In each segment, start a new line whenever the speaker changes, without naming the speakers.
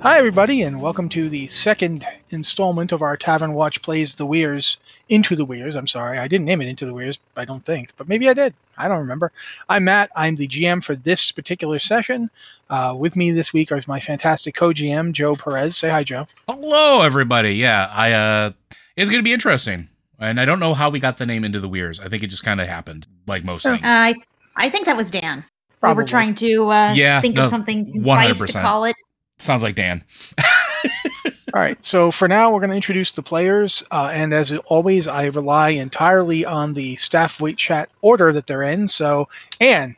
Hi, everybody, and welcome to the second installment of our Tavern Watch Plays the Weirs Into the Weirs. I'm sorry, I didn't name it Into the Weirs, I don't think, but maybe I did. I don't remember. I'm Matt. I'm the GM for this particular session. Uh, with me this week is my fantastic co GM, Joe Perez. Say hi, Joe.
Hello, everybody. Yeah, I uh, it's gonna be interesting, and I don't know how we got the name into the Weirs. I think it just kind of happened, like most
Yeah.
things.
Uh, I I think that was Dan. We were trying to uh,
Yeah,
think
no,
of something concise to
100%.
call it.
Sounds like Dan.
All right. So for now, we're going to introduce the players, uh, and as always, I rely entirely on the staff wait chat order that they're in. So, Anne,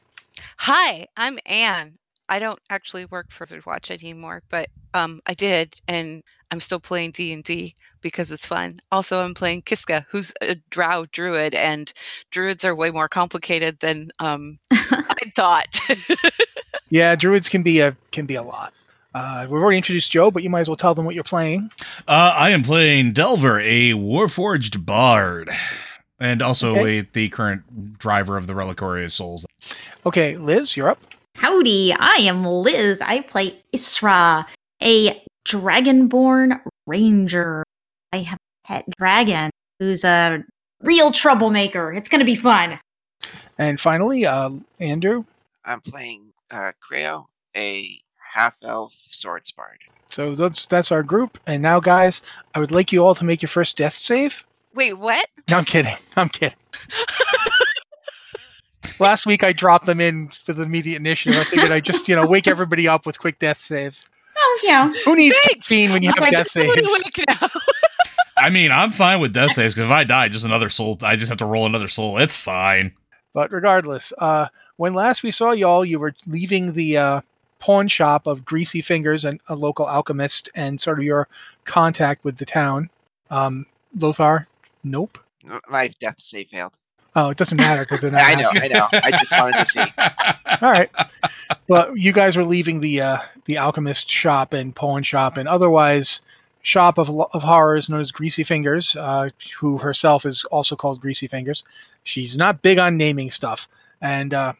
Hi, I'm Anne. I don't actually work for Wizard Watch anymore, but um, I did, and I'm still playing D and D because it's fun. Also, I'm playing Kiska, who's a Drow druid, and druids are way more complicated than um, I thought.
yeah, druids can be a can be a lot. Uh, we've already introduced Joe, but you might as well tell them what you're playing.
Uh, I am playing Delver, a Warforged Bard, and also
Okay.
a, the current driver of the Reliquary of Souls.
Okay, Liz, you're up.
Howdy, I am Liz. I play Isra, a dragonborn ranger. I have a pet dragon who's a real troublemaker. It's going to be fun.
And finally, uh, Andrew.
I'm playing uh, Creo, a half elf swords bard.
So that's that's our group. And now, guys, I would like you all to make your first death save.
Wait, what?
No, I'm kidding. I'm kidding. Last week I dropped them in for the immediate initiative. I figured I just you know wake everybody up with quick death saves.
Oh yeah,
Who needs
Thanks.
caffeine when you have
I'm
death
totally
saves?
awake now.
I mean, I'm fine with death saves because if I die, just another soul. I just have to roll another soul. It's fine.
But regardless, uh, when last we saw y'all, you were leaving the uh, pawn shop of Greasy Fingers and a local alchemist, and sort of your contact with the town. Um, Lothar, nope.
M- My death save failed.
Oh, it doesn't matter because they're not.
I know, I know. I just wanted to see.
All right. Well, you guys were leaving the uh, the alchemist shop and pawn shop and otherwise shop of, lo- of horrors known as Greasy Fingers, uh, who herself is also called Greasy Fingers. She's not big on naming stuff, and uh,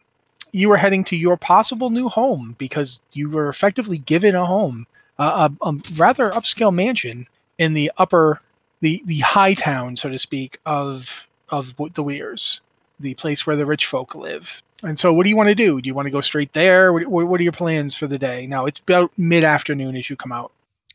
you were heading to your possible new home because you were effectively given a home, uh, a, a rather upscale mansion in the upper, the the high town, so to speak, of of the Weirs, the place where the rich folk live. And so, what do you want to do? Do you want to go straight there? What, what what are your plans for the day? Now, it's about mid afternoon as you come out.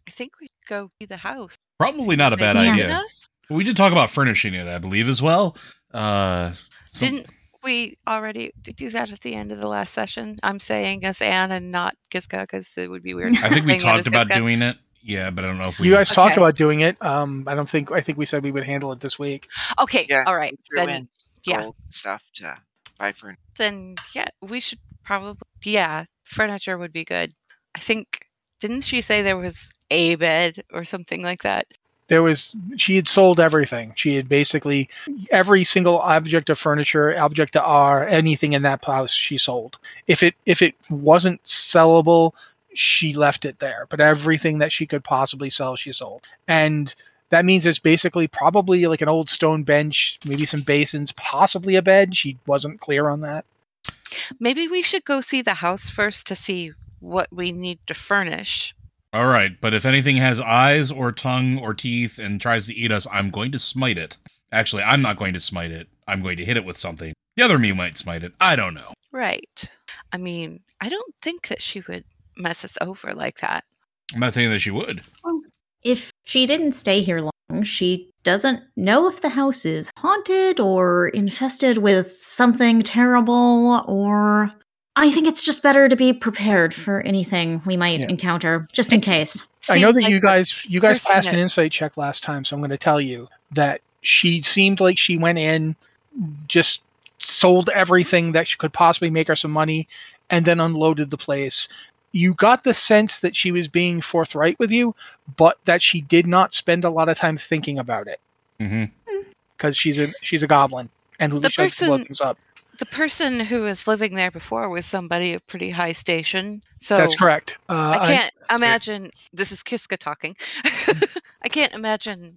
I think we should go see the house.
Probably not a bad
They
Yeah.
abandoned
idea.
us?
We did talk about furnishing it, I believe, as well. Uh, some-
Didn't we already do that at the end of the last session? I'm saying as Anne and not Kiska because it would be weird.
I think we
saying Anne as
talked about
Kiska.
doing it. Yeah, but I don't know if we.
you guys talked
Okay.
about doing it. Um, I don't think I think we said we would handle it this week.
Okay,
Yeah,
all right.
threw
Then
in
yeah.
gold stuff to buy for.
then yeah, we should probably yeah, furniture would be good. I think didn't she say there was a bed or something like that?
There was she had sold everything. She had basically every single object of furniture, object of art, anything in that house she sold. If it if it wasn't sellable, she left it there. But everything that she could possibly sell, she sold. And that means it's basically probably like an old stone bench, maybe some basins, possibly a bed. She wasn't clear on that.
Maybe we should go see the house first to see what we need to furnish.
All right, but if anything has eyes or tongue or teeth and tries to eat us, I'm going to smite it. Actually, I'm not going to smite it. I'm going to hit it with something. The other me might smite it. I don't know.
Right. I mean, I don't think that she would mess us over like that.
I'm not saying that she would.
if she didn't stay here long, she doesn't know if the house is haunted or infested with something terrible or I think it's just better to be prepared for anything we might
Yeah.
encounter, just in case.
I know
Seems
that
like
you
the
guys you guys
person
passed an
that-
insight check last time, so I'm going to tell you that she seemed like she went in, just sold everything that she could possibly make her some money, and then unloaded the place. You got the sense that she was being forthright with you, but that she did not spend a lot of time thinking about it.
Mm-hmm.
because she's a she's a goblin and who
The
likes to blow
person-
things up.
The person who was living there before was somebody of pretty high station. So
That's correct. Uh,
I can't imagine this is Kiska talking.
Mm-hmm.
I can't imagine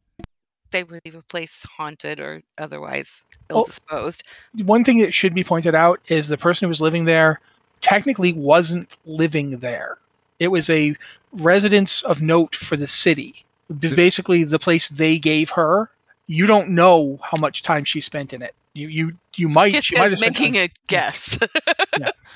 they would leave a place haunted or otherwise
Oh.
ill disposed.
one thing that should be pointed out is the person who was living there technically wasn't living there. It was a residence of note for the city. B-
Th-
Basically, the place they gave her. You don't know how much time she spent in it. You you you might. she might
Kiska
have
is
spent time- Mm.
making a guess.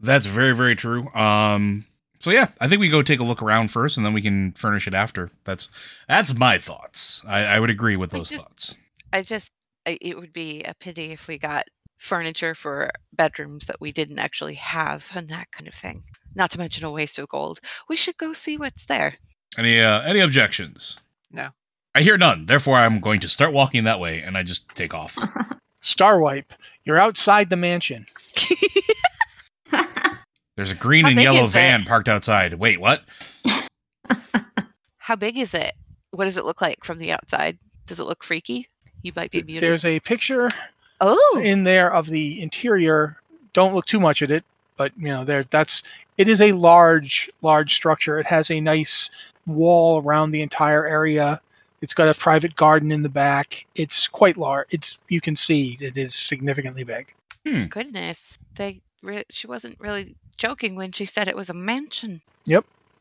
That's very, very true. Um, so yeah, I think we go take a look around first, and then we can furnish it after. That's that's my thoughts. I, I would agree with
I
those
just-
thoughts.
I just, I, it would be a pity if we got furniture for bedrooms that we didn't actually have and that kind of thing. Not to mention a waste of gold. We should go see what's there.
Any uh, any objections?
No.
I hear none. Therefore, I'm going to start walking that way, and I just take off.
Star wipe. You're outside the mansion.
There's a
Oh,
green
How
and
big
yellow
is
van
it?
parked outside. Wait, what?
How big is it? What does it look like from the outside? Does it look freaky? You might be muted.
There's a picture
oh,
in there of the interior. Don't look too much at it, but you know there. That's it is a large, large structure. It has a nice wall around the entire area. It's got a private garden in the back. It's quite large. It's you can see it is significantly big.
goodness. They re- she wasn't really joking when she said it was a mansion.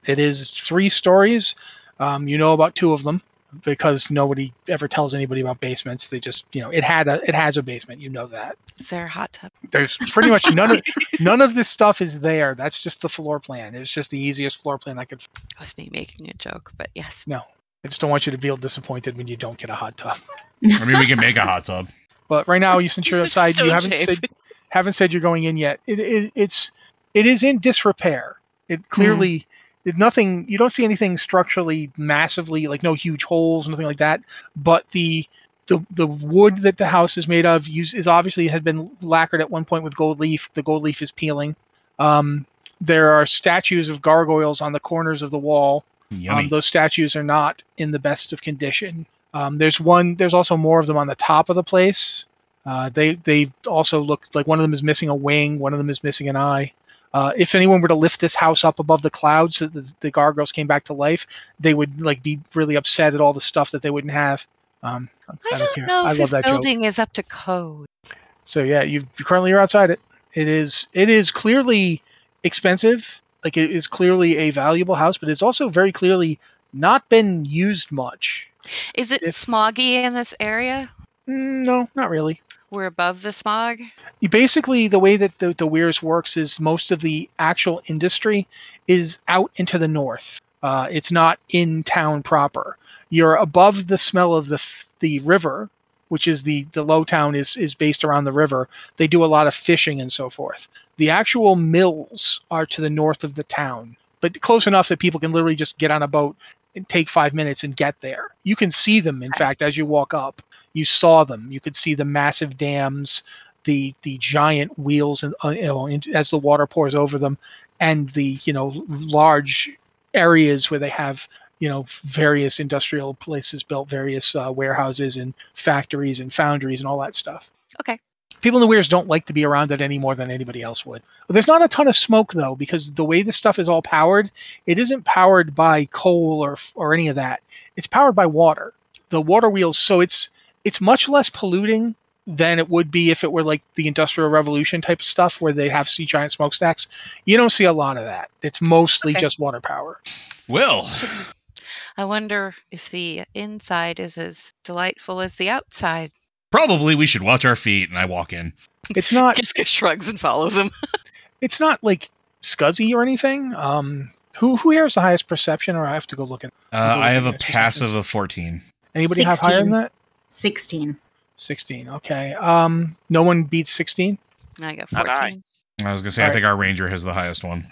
It is three stories. Um, you know about two of them because nobody ever tells anybody about basements. They just you know it had a it has a basement. You know that.
Is there a hot tub?
there's pretty much none of none of this stuff is there. That's just the floor plan. It's just the easiest floor plan I could.
That was me making a joke, but yes.
I just don't want you to feel disappointed when you don't get a hot tub.
I mean, we can make a hot tub.
But right now, you since you're outside,
So
you haven't
Jay-
said haven't said you're going in yet. It, it it's it is in disrepair. It clearly it, nothing. You don't see anything structurally massively like no huge holes, nothing like that. But the the the wood that the house is made of use, is obviously had been lacquered at one point with gold leaf. The gold leaf is peeling. Um, there are statues of gargoyles on the corners of the wall.
Yummy.
Um, those statues are not in the best of condition. Um, there's one. There's also more of them on the top of the place. Uh, they they also look like one of them is missing a wing. One of them is missing an eye. Uh, if anyone were to lift this house up above the clouds, so that the, the gargoyles came back to life, they would like be really upset at all the stuff that they wouldn't have. Um, I,
I
don't
don't
care.
know
I love
if this
that joke.
building is up to code.
So yeah, you you currently are outside it. It is it is clearly expensive. Like it is clearly a valuable house, but it's also very clearly not been used much.
Is it
If-
smoggy in this area?
Mm, No, not really.
We're above the smog.
You- Basically, the way that the, the Weirs works is most of the actual industry is out into the north. Uh, it's not in town proper. You're above the smell of the f- the river, which is the the low town is is based around the river. They do a lot of fishing and so forth. The actual mills are to the north of the town, but close enough that people can literally just get on a boat and take five minutes and get there. You can see them, in fact, as you walk up. You saw them. You could see the massive dams, the the giant wheels, and uh, you know, in- as the water pours over them, and the you know large areas where they have you know various industrial places built, various uh, warehouses and factories and foundries and all that stuff.
Okay.
People in the weirs don't like to be around it any more than anybody else would. There's not a ton of smoke though, because the way this stuff is all powered, it isn't powered by coal or or any of that. It's powered by water. The water wheels, so it's it's much less polluting than it would be if it were like the industrial revolution type of stuff where they have see giant smokestacks. You don't see a lot of that. It's mostly
Okay.
just water power.
Well,
I wonder if the inside is as delightful as the outside.
probably we should watch our feet. And I walk in.
It's not
Kiska shrugs and follows him.
it's not like scuzzy or anything. Um who who here has the highest perception or I have to go look at
Uh, I have a
Yes,
passive
perceptions.
of 14.
anybody have higher than
16.
that?
16.
16. Okay. Um, no one beats 16.
And I got
Not I.
fourteen.
I was gonna say I
Alright.
think our ranger has the highest one.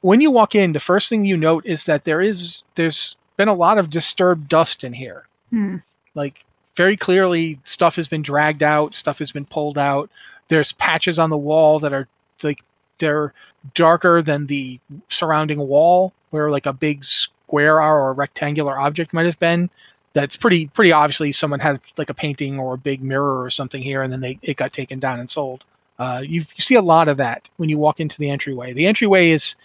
When you walk in, the first thing you note is that there is there's been a lot of disturbed dust in here.
Hmm.
Like very clearly, stuff has been dragged out, stuff has been pulled out. There's patches on the wall that are like they're darker than the surrounding wall where like a big square or a rectangular object might have been. that's pretty pretty obviously someone had like a painting or a big mirror or something here, and then they it got taken down and sold. Uh, you you see a lot of that when you walk into the entryway. The entryway is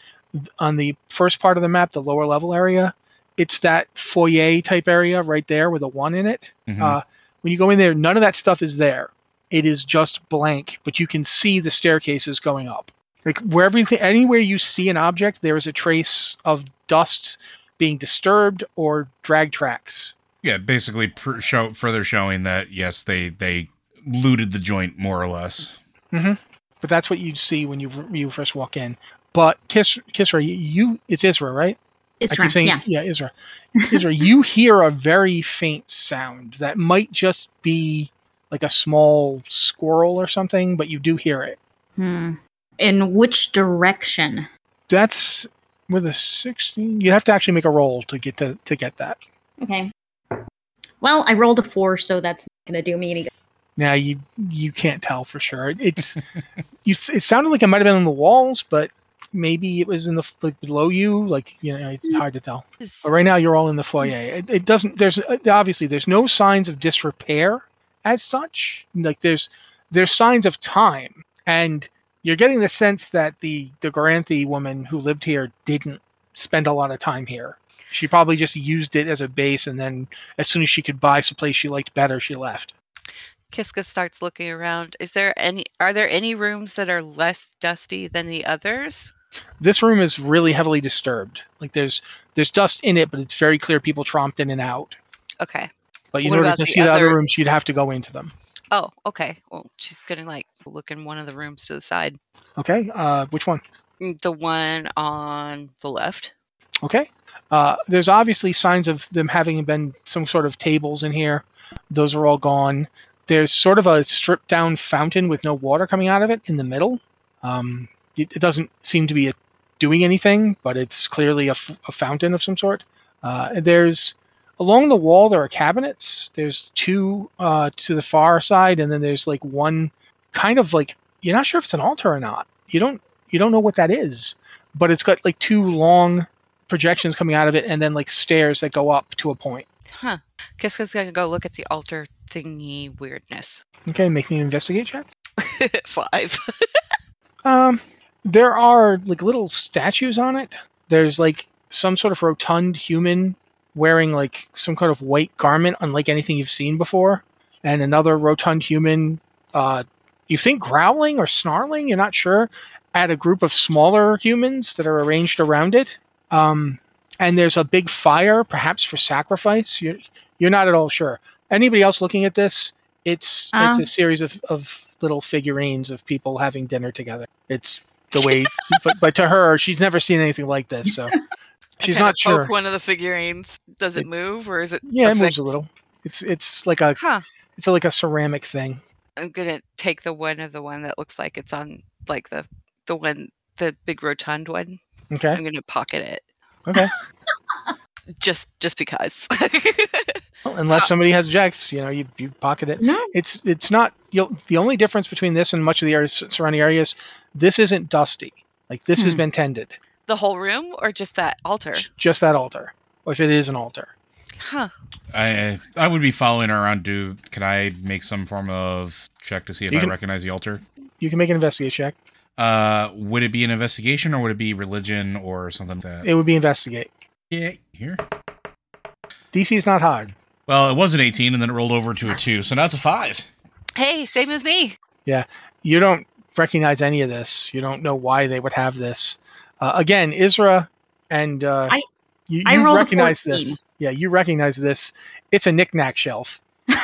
on the first part of the map, the lower level area. It's that foyer type area right there with a one in it.
Mhm.
Uh, when you go in there, none of that stuff is there. It is just blank, but you can see the staircases going up. Like where everything, anywhere you see an object, there is a trace of dust being disturbed or drag tracks.
yeah, basically pr- show further showing that yes, they they looted the joint more or less.
But that's what you see when you when you first walk in. But Kis, Kisra, you, you it's Isra, right?
It's
I
right.
keep saying,
yeah.
yeah, Isra. Isra, you hear a very faint sound that might just be like a small squirrel or something, but you do hear it.
Hmm. In which direction?
That's with a sixteen. You have to actually make a roll to get to to get that.
Okay. Well, I rolled a four, so that's not gonna do me any good.
Now you you can't tell for sure. It- It's you. th- It sounded like it might have been on the walls, but maybe it was in the f- like below you. Like you know, it's hard to tell.
Is-
But right now, you're all in the foyer. It, it doesn't. There's uh, obviously there's no signs of disrepair as such. Like there's there's signs of time, and you're getting the sense that the the Garanthi woman who lived here didn't spend a lot of time here. She probably just used it as a base, and then as soon as she could buy someplace she liked better, she left.
Kiska starts looking around. Is there any? Are there any rooms that are less dusty than the others?
This room is really heavily disturbed. Like there's there's dust in it, but it's very clear people tromped in and out.
Okay.
But in
What
order
about
to
the
see the other
other-
rooms, you'd have to go into them.
Oh, okay. Well, she's gonna like look in one of the rooms to the side.
Okay, uh, which one?
Mm, The one on the left.
Okay. Uh, there's obviously signs of them having been some sort of tables in here. Those are all gone. There's sort of a stripped down fountain with no water coming out of it in the middle. Um, it, it doesn't seem to be a, doing anything, but it's clearly a, f- a fountain of some sort. Uh, there's along the wall there are cabinets. There's two uh, to the far side, and then there's like one kind of like you're not sure if it's an altar or not. You don't you don't know what that is, but it's got like two long projections coming out of it and then like stairs that go up to a point.
Huh. Kiska's gonna go look at the altar thingy weirdness.
Okay, make me an investigate check.
Five.
Um, there are like little statues on it. There's like some sort of rotund human wearing like some kind of white garment, unlike anything you've seen before, and another rotund human, uh, you think growling or snarling, you're not sure, at a group of smaller humans that are arranged around it. Um, and there's a big fire, perhaps for sacrifice. You're, you're not at all sure. Anybody else looking at this? It's it's
Um.
a series of, of little figurines of people having dinner together. It's the way, but, but to her, she's never seen anything like this, so
I
she's
kinda
not sure.
poke One of the figurines. Does it move or is it?
Yeah, it moves
perfect?
a little. It's it's like a
Huh.
it's like a ceramic thing.
I'm gonna take the one of the one that looks like it's on like the the one the big rotund one.
Okay.
I'm gonna pocket it.
Okay.
Just just because.
Well, unless somebody has jacks, you know, you, you pocket it.
No.
It's it's not you'll, the only difference between this and much of the area, surrounding areas. This isn't dusty. Like this has
Hmm.
been tended.
the whole room or just that altar?
Just that altar, or if it is an altar.
Huh.
I I would be following her around. Do can I make some form of check to see if
You
I
can-
recognize the altar?
You can make an investigate check.
Uh, would it be an investigation or would it be religion or something like that?
It would be investigate.
yeah, here.
DC is not hard.
Well, it was an 18 and then it rolled over to a 2, so now it's a 5.
Hey, same as me.
you don't recognize any of this. You don't know why they would have this. Uh, again, Isra and uh,
I-
you,
I
you
rolled a
recognize
14.
this. Yeah, you recognize this. It's a knickknack shelf.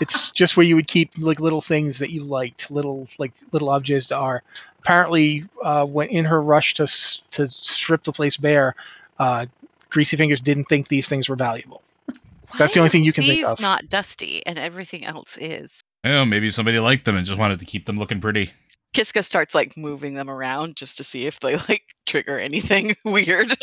It's just where you would keep like little things that you liked, little like little objects that are. Apparently, uh, when in her rush to s- to strip the place bare, uh, Greasy Fingers didn't think these things were valuable. That's the
Why
only
are
thing you can think
these
of.
not dusty and everything else is.
Oh, maybe somebody liked them and just wanted to keep them looking pretty.
Kiska starts like moving them around just to see if they like trigger anything weird.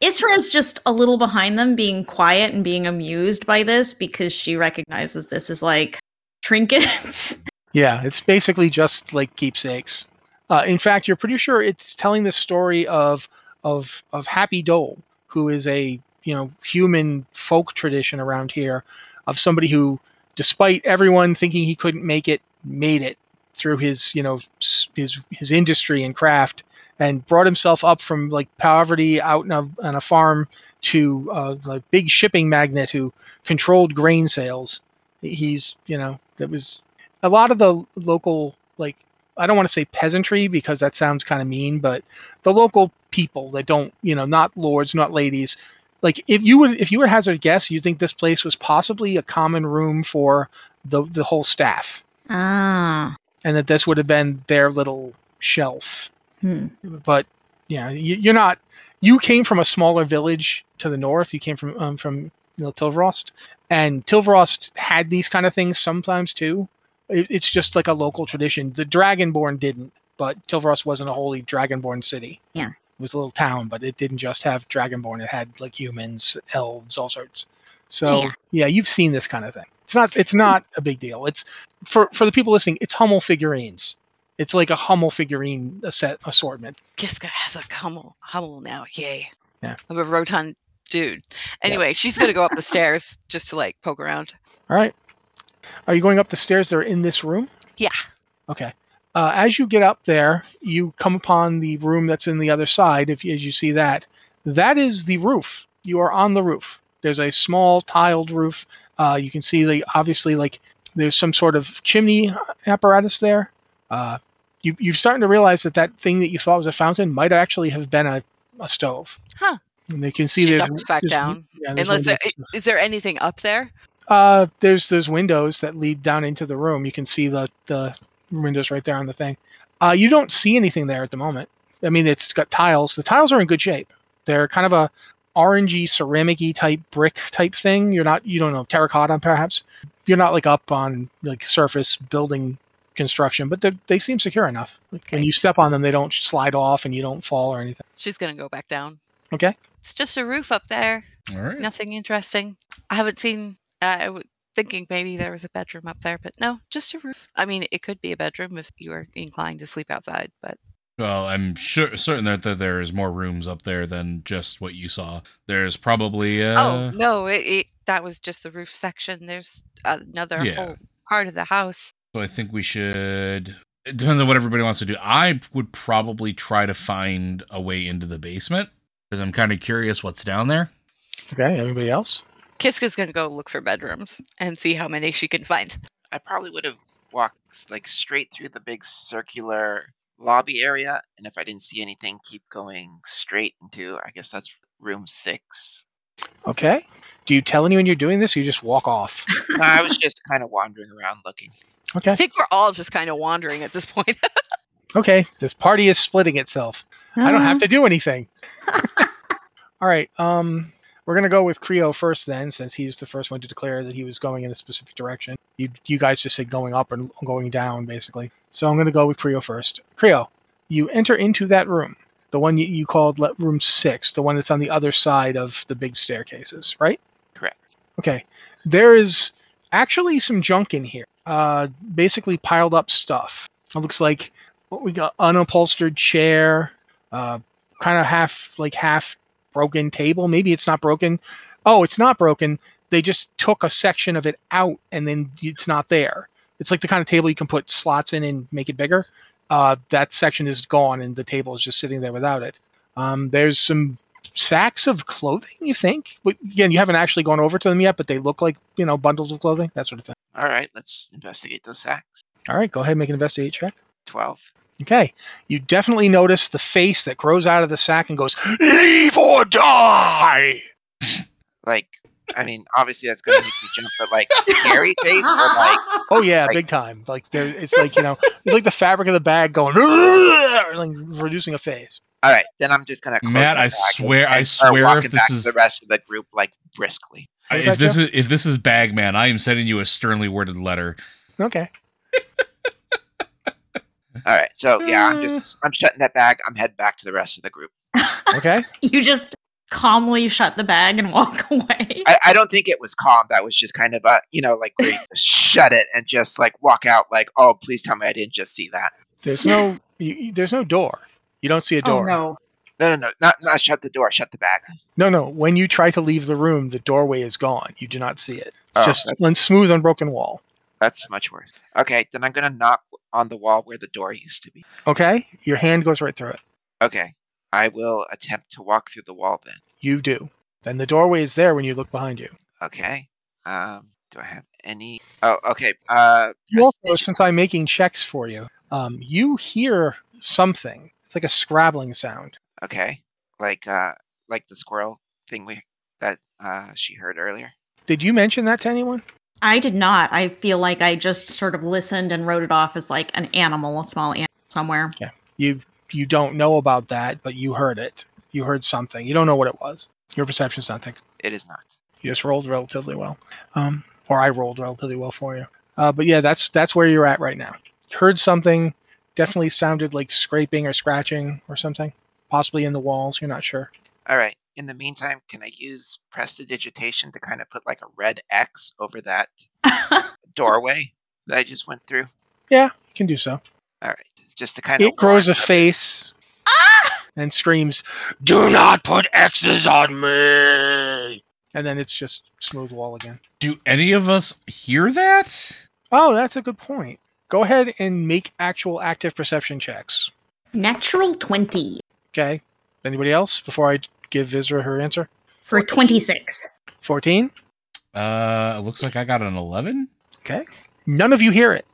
Isra is just a little behind them, being quiet and being amused by this because she recognizes this as like trinkets.
Yeah, it's basically just like keepsakes. Uh, in fact, you're pretty sure it's telling the story of of of Happy Dole, who is a you know human folk tradition around here of somebody who, despite everyone thinking he couldn't make it, made it through his you know s- his his industry and craft and brought himself up from like poverty out in a, on a farm to uh, a big shipping magnate who controlled grain sales. He's you know that was a lot of the local like I don't want to say peasantry because that sounds kind of mean, but the local people that don't you know not lords, not ladies. Like if you would if you were to hazard a guess, you think this place was possibly a common room for the the whole staff,
Ah.
and that this would have been their little shelf
Hmm.
but yeah, you, you're not. You came from a smaller village to the north. You came from um, from you know, Tilverost, and Tilverost had these kind of things sometimes too. It, it's just like a local tradition. The Dragonborn didn't, but Tilverost wasn't a wholly Dragonborn city.
Yeah.
it was a little town, but it didn't just have Dragonborn. It had like humans, elves, all sorts. So
Yeah.
yeah, you've seen this kind of thing. It's not. It's not a big deal. It's for for the people listening. It's Hummel figurines. It's like a Hummel figurine set assortment.
Kiska has a Hummel, Hummel now. Yay.
Yeah.
I'm a rotund dude. Anyway, she's going to go up the stairs just to like poke around.
All right. Are you going up the stairs that are in this room?
Yeah.
Okay. Uh, as you get up there, you come upon the room that's in the other side. If as you see that, that is the roof. You are on the roof. There's a small tiled roof. Uh, you can see the obviously like there's some sort of chimney apparatus there. Uh, you, you're starting to realize that that thing that you thought was a fountain might actually have been a, a stove.
Huh.
And you can see
She
there's
ducks back
there's-
down.
yeah, there's
Unless there
windows.
i- is there anything up there?
Uh, there's those windows that lead down into the room. You can see the the windows right there on the thing. Uh, you don't see anything there at the moment. I mean, it's got tiles. The tiles are in good shape. They're kind of a orangey, ceramic-y type brick type thing. You're not, you don't know, terracotta perhaps. You're not like up on like surface building construction, but they they seem secure enough. When
Okay.
you step on them, they don't slide off and you don't fall or anything.
She's going to go back down.
Okay.
It's just a roof up there.
All right.
Nothing interesting. I haven't seen. uh, I was thinking maybe there was a bedroom up there, but no, just a roof. I mean, it could be a bedroom if you are inclined to sleep outside, but
Well, I'm sure certain that, that there is more rooms up there than just what you saw. There's probably uh,
oh no, it, it that was just the roof section. There's another
Yeah.
whole part of the house.
So I think we should. It depends on what everybody wants to do. I would probably try to find a way into the basement because I'm kind of curious what's down there.
Okay. Everybody else?
Kiska's gonna go look for bedrooms and see how many she can find.
I probably would have walked like straight through the big circular lobby area, and if I didn't see anything, keep going straight into. I guess that's room six.
Okay. Do you tell anyone you're doing this? Or you just walk off.
No, I was just kind of wandering around looking.
Okay.
I think we're all just kind of wandering at this point.
okay, this party is splitting itself. I don't
Uh-huh.
have to do anything. All right, um, we're gonna go with Creo first, then, since he was the first one to declare that he was going in a specific direction. You you guys just said going up and going down, basically. So I'm gonna go with Creo first. Creo, you enter into that room, the one you, you called le- room six, the one that's on the other side of the big staircases, right?
Correct.
Okay. There is actually some junk in here. Uh, basically piled up stuff. It looks like what we got unupholstered chair, uh, kind of half like half broken table. Maybe it's not broken. Oh, it's not broken. They just took a section of it out and then it's not there. It's like the kind of table you can put slots in and make it bigger. Uh, that section is gone and the table is just sitting there without it. Um, there's some sacks of clothing you think but again you haven't actually gone over to them yet but they look like you know bundles of clothing that sort of thing
All right, let's investigate those sacks.
all right go ahead and make an investigate check
Twelve.
okay you definitely notice the face that grows out of the sack and goes leave or die
Like, I mean, obviously that's going to make me jump, but like scary face or like
oh yeah
Like-
big time like there it's like you know it's like the fabric of the bag going "Ugh," like reducing a face
All right, then I'm just gonna. Close
Matt,
my
I
bag and-
swear-
and
I
start
swear
walking
if this
back to
is-
the rest of the group like briskly.
I-
Is
If
that
this is if this is Bagman, I am sending you a sternly worded letter.
okay
All right, so yeah, I'm just I'm shutting that bag. I'm heading back to the rest of the group.
okay
you just calmly shut the bag and walk away.
I, I don't think it was calm. That was just kind of a you know like where you just shut it and just like walk out like oh please tell me I didn't just see that.
there's no you, you- there's no door you don't see a door
Oh no.
No, no, no, not not shut the door. Shut the bag.
No, no. When you try to leave the room, the doorway is gone. You do not see it. It's
Oh,
just
that's-
a smooth, unbroken wall.
That's much worse. Okay, then I'm gonna knock on the wall where the door used to be.
Okay? Your hand goes right through it.
Okay, I will attempt to walk through the wall then.
You do. Then the doorway is there when you look behind you.
Okay. Um, do I have any? Oh, okay. Uh,
You also,
prestige-
since I'm making checks for you, um, you hear something. It's like a scrabbling sound.
okay, like uh, like the squirrel thing we that uh she heard earlier.
Did you mention that to anyone?
I did not. I feel like I just sort of listened and wrote it off as like an animal, a small animal somewhere.
You you don't know about that, but you heard it. You heard something. You don't know what it was. Your perception's not that
It is not.
You just rolled relatively well, um, or I rolled relatively well for you. Uh, but yeah, that's that's where you're at right now. Heard something, definitely sounded like scraping or scratching or something, possibly in the walls. You're not sure.
All right. In the meantime, can I use prestidigitation to kind of put like a red X over that doorway that I just went through?
You can do so.
All right, just to kind of
It grows a
warn them.
face
ah!
and screams, "Do not put X's on me!" And then it's just smooth wall again.
Do any of us hear that?
Oh, that's a good point. Go ahead and make actual active perception checks.
Natural 20
Okay. Anybody else before I give Visra her answer?
for 26.
14.
Uh, it looks like I got an 11.
None of you hear it.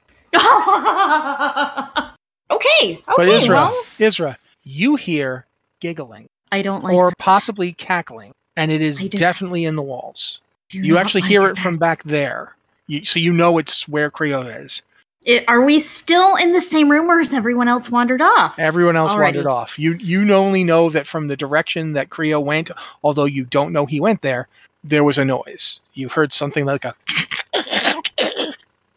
okay. Okay.
but Israel,
Well,
Israel, you hear giggling
I don't like.
or
that.
possibly cackling, and it is
I do-
definitely in the walls.
Do
You
not
actually
like
hear it from back there, you, so you know it's where Creota is.
It- are we still in the same room, or has everyone else wandered off?
Everyone else wandered
Alrighty.
off. You you only know that from the direction that Creo went, although you don't know he went there. There was a noise. You heard something like a.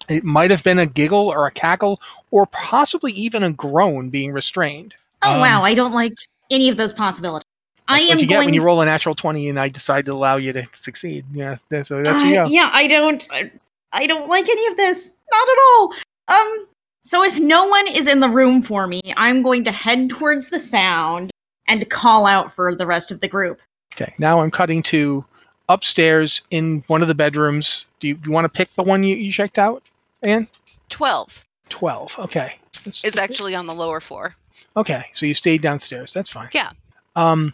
It might have been a giggle or a cackle, or possibly even a groan being restrained.
oh
Um,
wow, I don't like any of those possibilities. I
That's
am
what you
going.
get when you roll a natural twenty, and I decide to allow you to succeed. Yeah, that- so that's
I-
you. Go.
yeah, I don't. I, I don't like any of this. Not at all. Um. So if no one is in the room for me, I'm going to head towards the sound and call out for the rest of the group.
Okay, now I'm cutting to upstairs in one of the bedrooms. Do you, you want to pick the one you, you checked out? And
12
twelve. Okay, That's-
is actually on the lower floor.
okay. So you stayed downstairs. That's fine.
Yeah.
Um,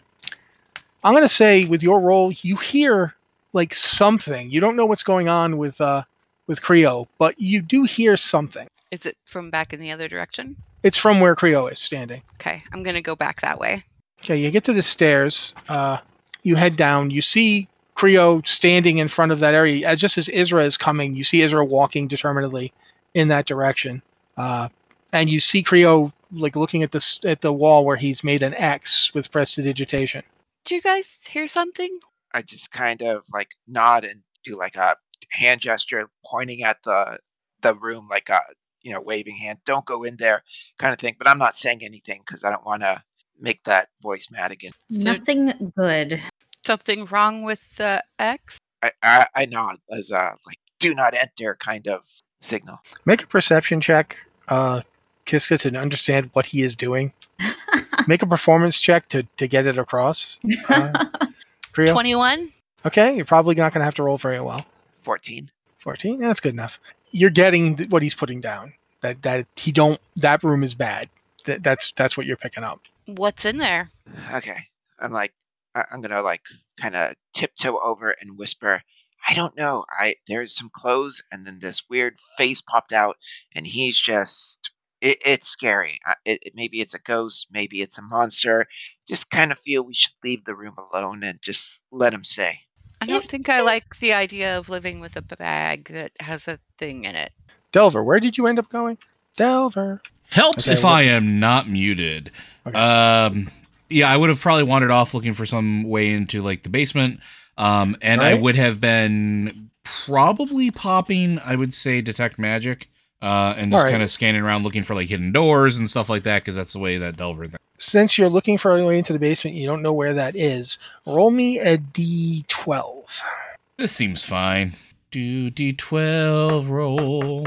I'm gonna say with your role, you hear like something. You don't know what's going on with uh with Creo, but you do hear something.
Is it from back in the other direction?
It's from where Creo is standing.
Okay, I'm going to go back that way.
Okay, you get to the stairs. Uh, you head down. You see Creo standing in front of that area. As just as Isra is coming, you see Isra walking determinedly in that direction. Uh, and you see Creo like looking at this at the wall where he's made an X with prestidigitation.
Do you guys hear something?
I just kind of like nod and do like a hand gesture, pointing at the the room, like a you know waving hand. Don't go in there, kind of thing. But I'm not saying anything because I don't want to make that voice mad again.
So-
Nothing good.
Something wrong with the X?
I I, I nod as a like do not enter kind of signal.
Make a perception check, uh, Kiska, to understand what he is doing. Make a performance check to to get it across. Uh, Creo.
21?
Okay, you're probably not going to have to roll very well.
Fourteen.
14 that's good enough you're getting th- what he's putting down that that he don't that room is bad that, that's that's what you're picking up
What's in there?
Okay. I'm like I, I'm gonna like kind of tiptoe over and whisper. I don't know. I there's some clothes, and then this weird face popped out, and he's just it, it's scary. I, it, it- maybe it's a ghost, maybe it's a monster. Just kind of feel we should leave the room alone and just let him stay.
I don't
If
think I
they-
like the idea of living with a bag that has a thing in it.
delver where did you end up going delver
Helps
Okay,
if
what-
I am not muted.
Okay.
Um, yeah, I would have probably wandered off looking for some way into like the basement. Um, and I
Right.
would have been probably popping, I would say, detect magic. Uh, and just
All right.
kind of scanning around looking for like hidden doors and stuff like that because that's the way that Delver thing.
since you're looking for a way into the basement you don't know where that is roll me a d12
This seems fine. Do d12 roll.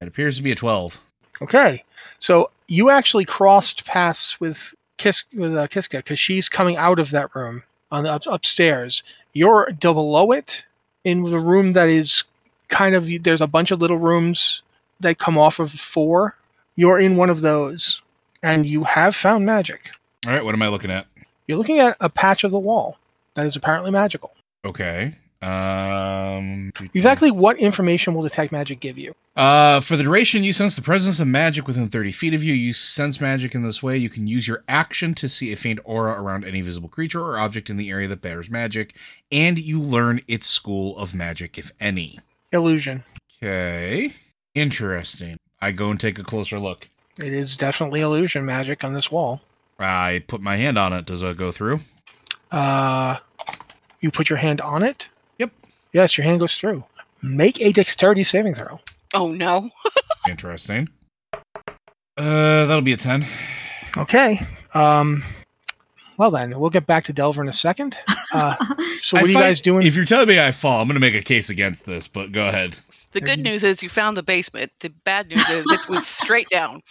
It appears to be a 12.
okay so you actually crossed paths with Kis- with uh, Kiska because she's coming out of that room on the up- upstairs. You're d- below it in the room that is kind of there's a bunch of little rooms that come off of four. You're in one of those, and you have found magic.
All right, what am I looking at?
You're looking at a patch of the wall that is apparently magical.
Okay. Um
Exactly what information will detect magic give you?
Uh, for the duration, you sense the presence of magic within 30 feet of you. You sense magic in this way. You can use your action to see a faint aura around any visible creature or object in the area that bears magic, and you learn its school of magic, if any.
Illusion.
Okay. Interesting. I go and take a closer look.
It is definitely illusion magic on this wall.
I put my hand on it. Does it go through?
Uh, you put your hand on it.
Yep.
Yes, your hand goes through. Make a dexterity saving throw.
Oh no.
Interesting. Uh, that'll be a 10.
Okay. Um, well then, we'll get back to Delver in a second. Uh, so
I
what are you
fight-
guys doing?
If you're telling me I fall, I'm going to make a case against this, but go ahead.
The good news is you found the basement. The bad news is it was straight down.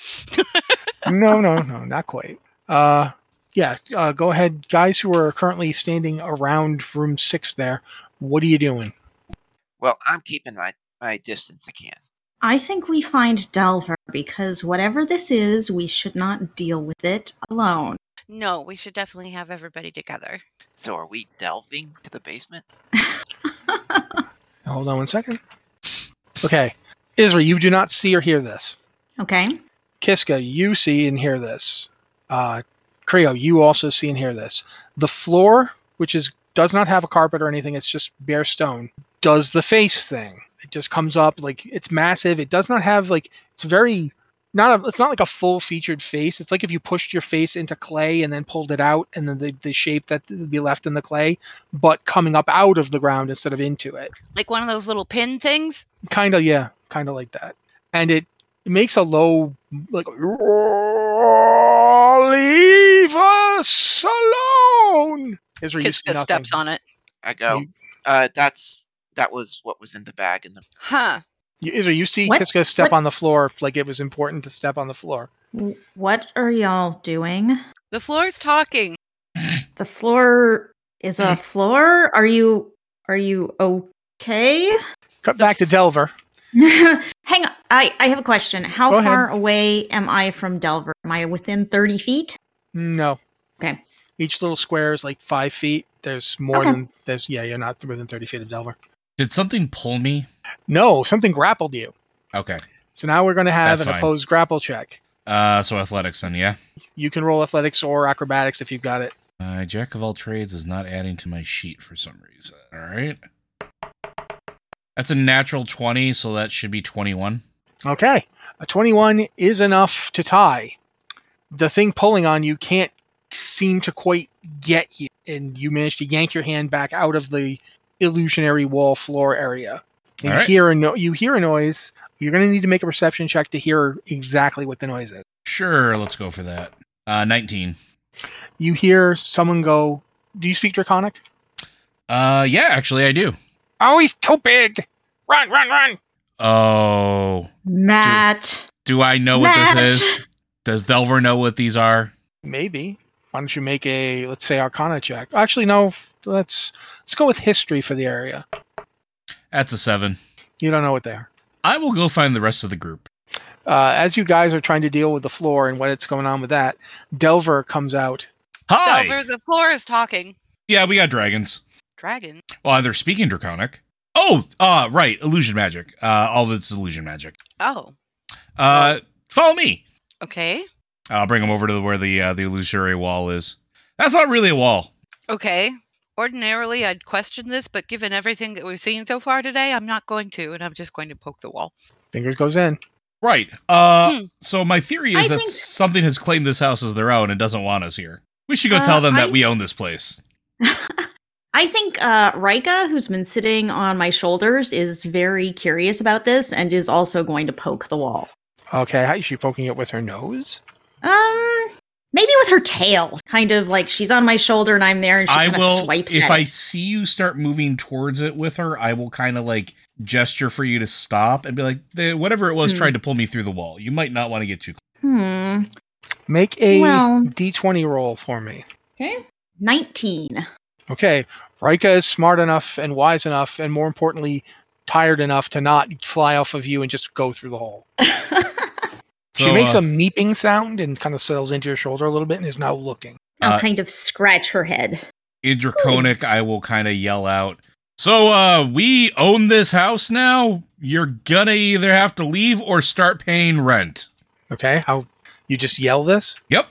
no, no, no, not quite. Uh, yeah. Uh, go ahead, guys who are currently standing around room six. There. What are you doing?
Well, I'm keeping my, my distance I can.
I think we find Delver because whatever this is, we should not deal with it alone.
No, we should definitely have everybody together.
So are we delving to the basement?
Hold on one second. Okay, Israel, you do not see or hear this.
okay.
Kiska, you see and hear this. Uh, Creo, you also see and hear this. The floor, which is does not have a carpet or anything, it's just bare stone, does the face thing. It just comes up like it's massive. It does not have like it's very not a, it's not like a full featured face. It's like if you pushed your face into clay and then pulled it out, and then the, the shape that would be left in the clay, but coming up out of the ground instead of into it
Like one of those little pin things.
kind of yeah kind of like that and it, it makes a low like leave us alone is where you see
Kiska
nothing.
steps on it.
I go,
You-
uh, that's that was what was in the bag in the
Huh.
You- Izra, you see
What?
Kiska step
What?
on the floor like it was important to step on the floor.
W- What are y'all doing?
The floor's talking.
The floor is a floor? Are you are you okay?
Cut back to Delver.
Hang on. I, I have a question. How
Go ahead.
far away am I from Delver? Am I within 30 feet?
No.
Okay.
Each little square is like five feet. There's more
Okay.
than there's yeah, you're not within thirty feet of Delver.
Did something pull me?
No, something grappled you.
Okay.
So now we're gonna have
That's
an
fine.
opposed grapple check.
Uh, so athletics then, yeah.
You can roll athletics or acrobatics if you've got it.
My jack of all trades is not adding to my sheet for some reason. All right. That's a natural 20, so that should be 21.
Okay. A 21 is enough to tie. The thing pulling on you can't seem to quite get you, and you manage to yank your hand back out of the illusionary wall floor area. And
All right.
hear a no- you hear a noise. You're going to need to make a perception check to hear exactly what the noise is.
Sure, let's go for that. Uh, 19.
You hear someone go, Do you speak Draconic?
Uh, yeah, actually, I do.
Oh, he's too big. Run, run, run.
Oh,
Matt.
do I know what
Matt.
this is? Does Delver know what these are?
Maybe. Why don't you make a, let's say, Arcana check? Actually, no. Let's let's go with history for the area.
That's a 7.
You don't know what they are.
I will go find the rest of the group.
uh, as you guys are trying to deal with the floor and what's going on with that, Delver comes out.
Hi!
Delver, the floor is talking.
Yeah, we got dragons.
Dragon.
Well, they're speaking draconic. Oh, uh, right, illusion magic. Uh, all of it's illusion magic.
Oh.
Uh, follow me.
Okay.
I'll bring him over to the, where the uh, the illusory wall is. That's not really a wall.
Okay. Ordinarily, I'd question this, but given everything that we've seen so far today, I'm not going to, and I'm just going to poke the wall.
Fingers goes in.
Right. Uh,
Hmm.
so my theory is
I
that
think-
something has claimed this house as their own and doesn't want us here. We should go
Uh,
tell them that
I-
we own this place.
I think uh, Rika, who's been sitting on my shoulders, is very curious about this and is also going to poke the wall.
Okay, how is she poking it with her nose?
Um, maybe with her tail, kind of like she's on my shoulder and I'm there, and she
I
kind of
will.
swipes
If
at
I
it.
see you start moving towards it with her, I will kind of like gesture for you to stop and be like, "The- "Whatever it was
Hmm.
tried to pull me through the wall. You might not want to get too." close.
Hmm.
Make a
Well.
d20 roll for me.
Okay. 19.
Okay, Rika is smart enough and wise enough, and more importantly, tired enough to not fly off of you and just go through the hole. she
So,
makes
uh,
a meeping sound and kind of settles into your shoulder a little bit and is now looking.
I'll
Uh,
kind of scratch her head.
in draconic i will kind of yell out so uh we own this house now you're gonna either have to leave or start paying rent
Okay, how you just yell this?
Yep.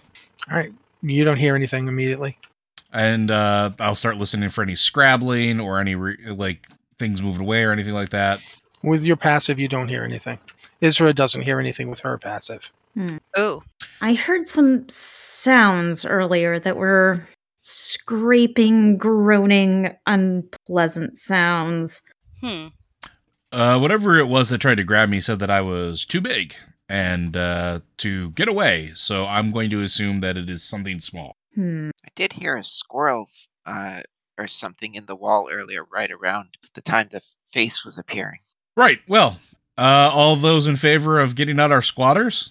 All right, you don't hear anything immediately.
and uh i'll start listening for any scrabbling or any re- like things moving away or anything like that
With your passive, you don't hear anything. Isra doesn't hear anything with her passive.
Oh,
I heard some sounds earlier that were scraping, groaning, unpleasant sounds.
hmm.
uh whatever it was that tried to grab me said that i was too big and uh to get away so i'm going to assume that it is something small
Hmm.
I did hear a squirrel's uh, or something in the wall earlier, right around the time the face was appearing.
right well uh all those in favor of getting out our squatters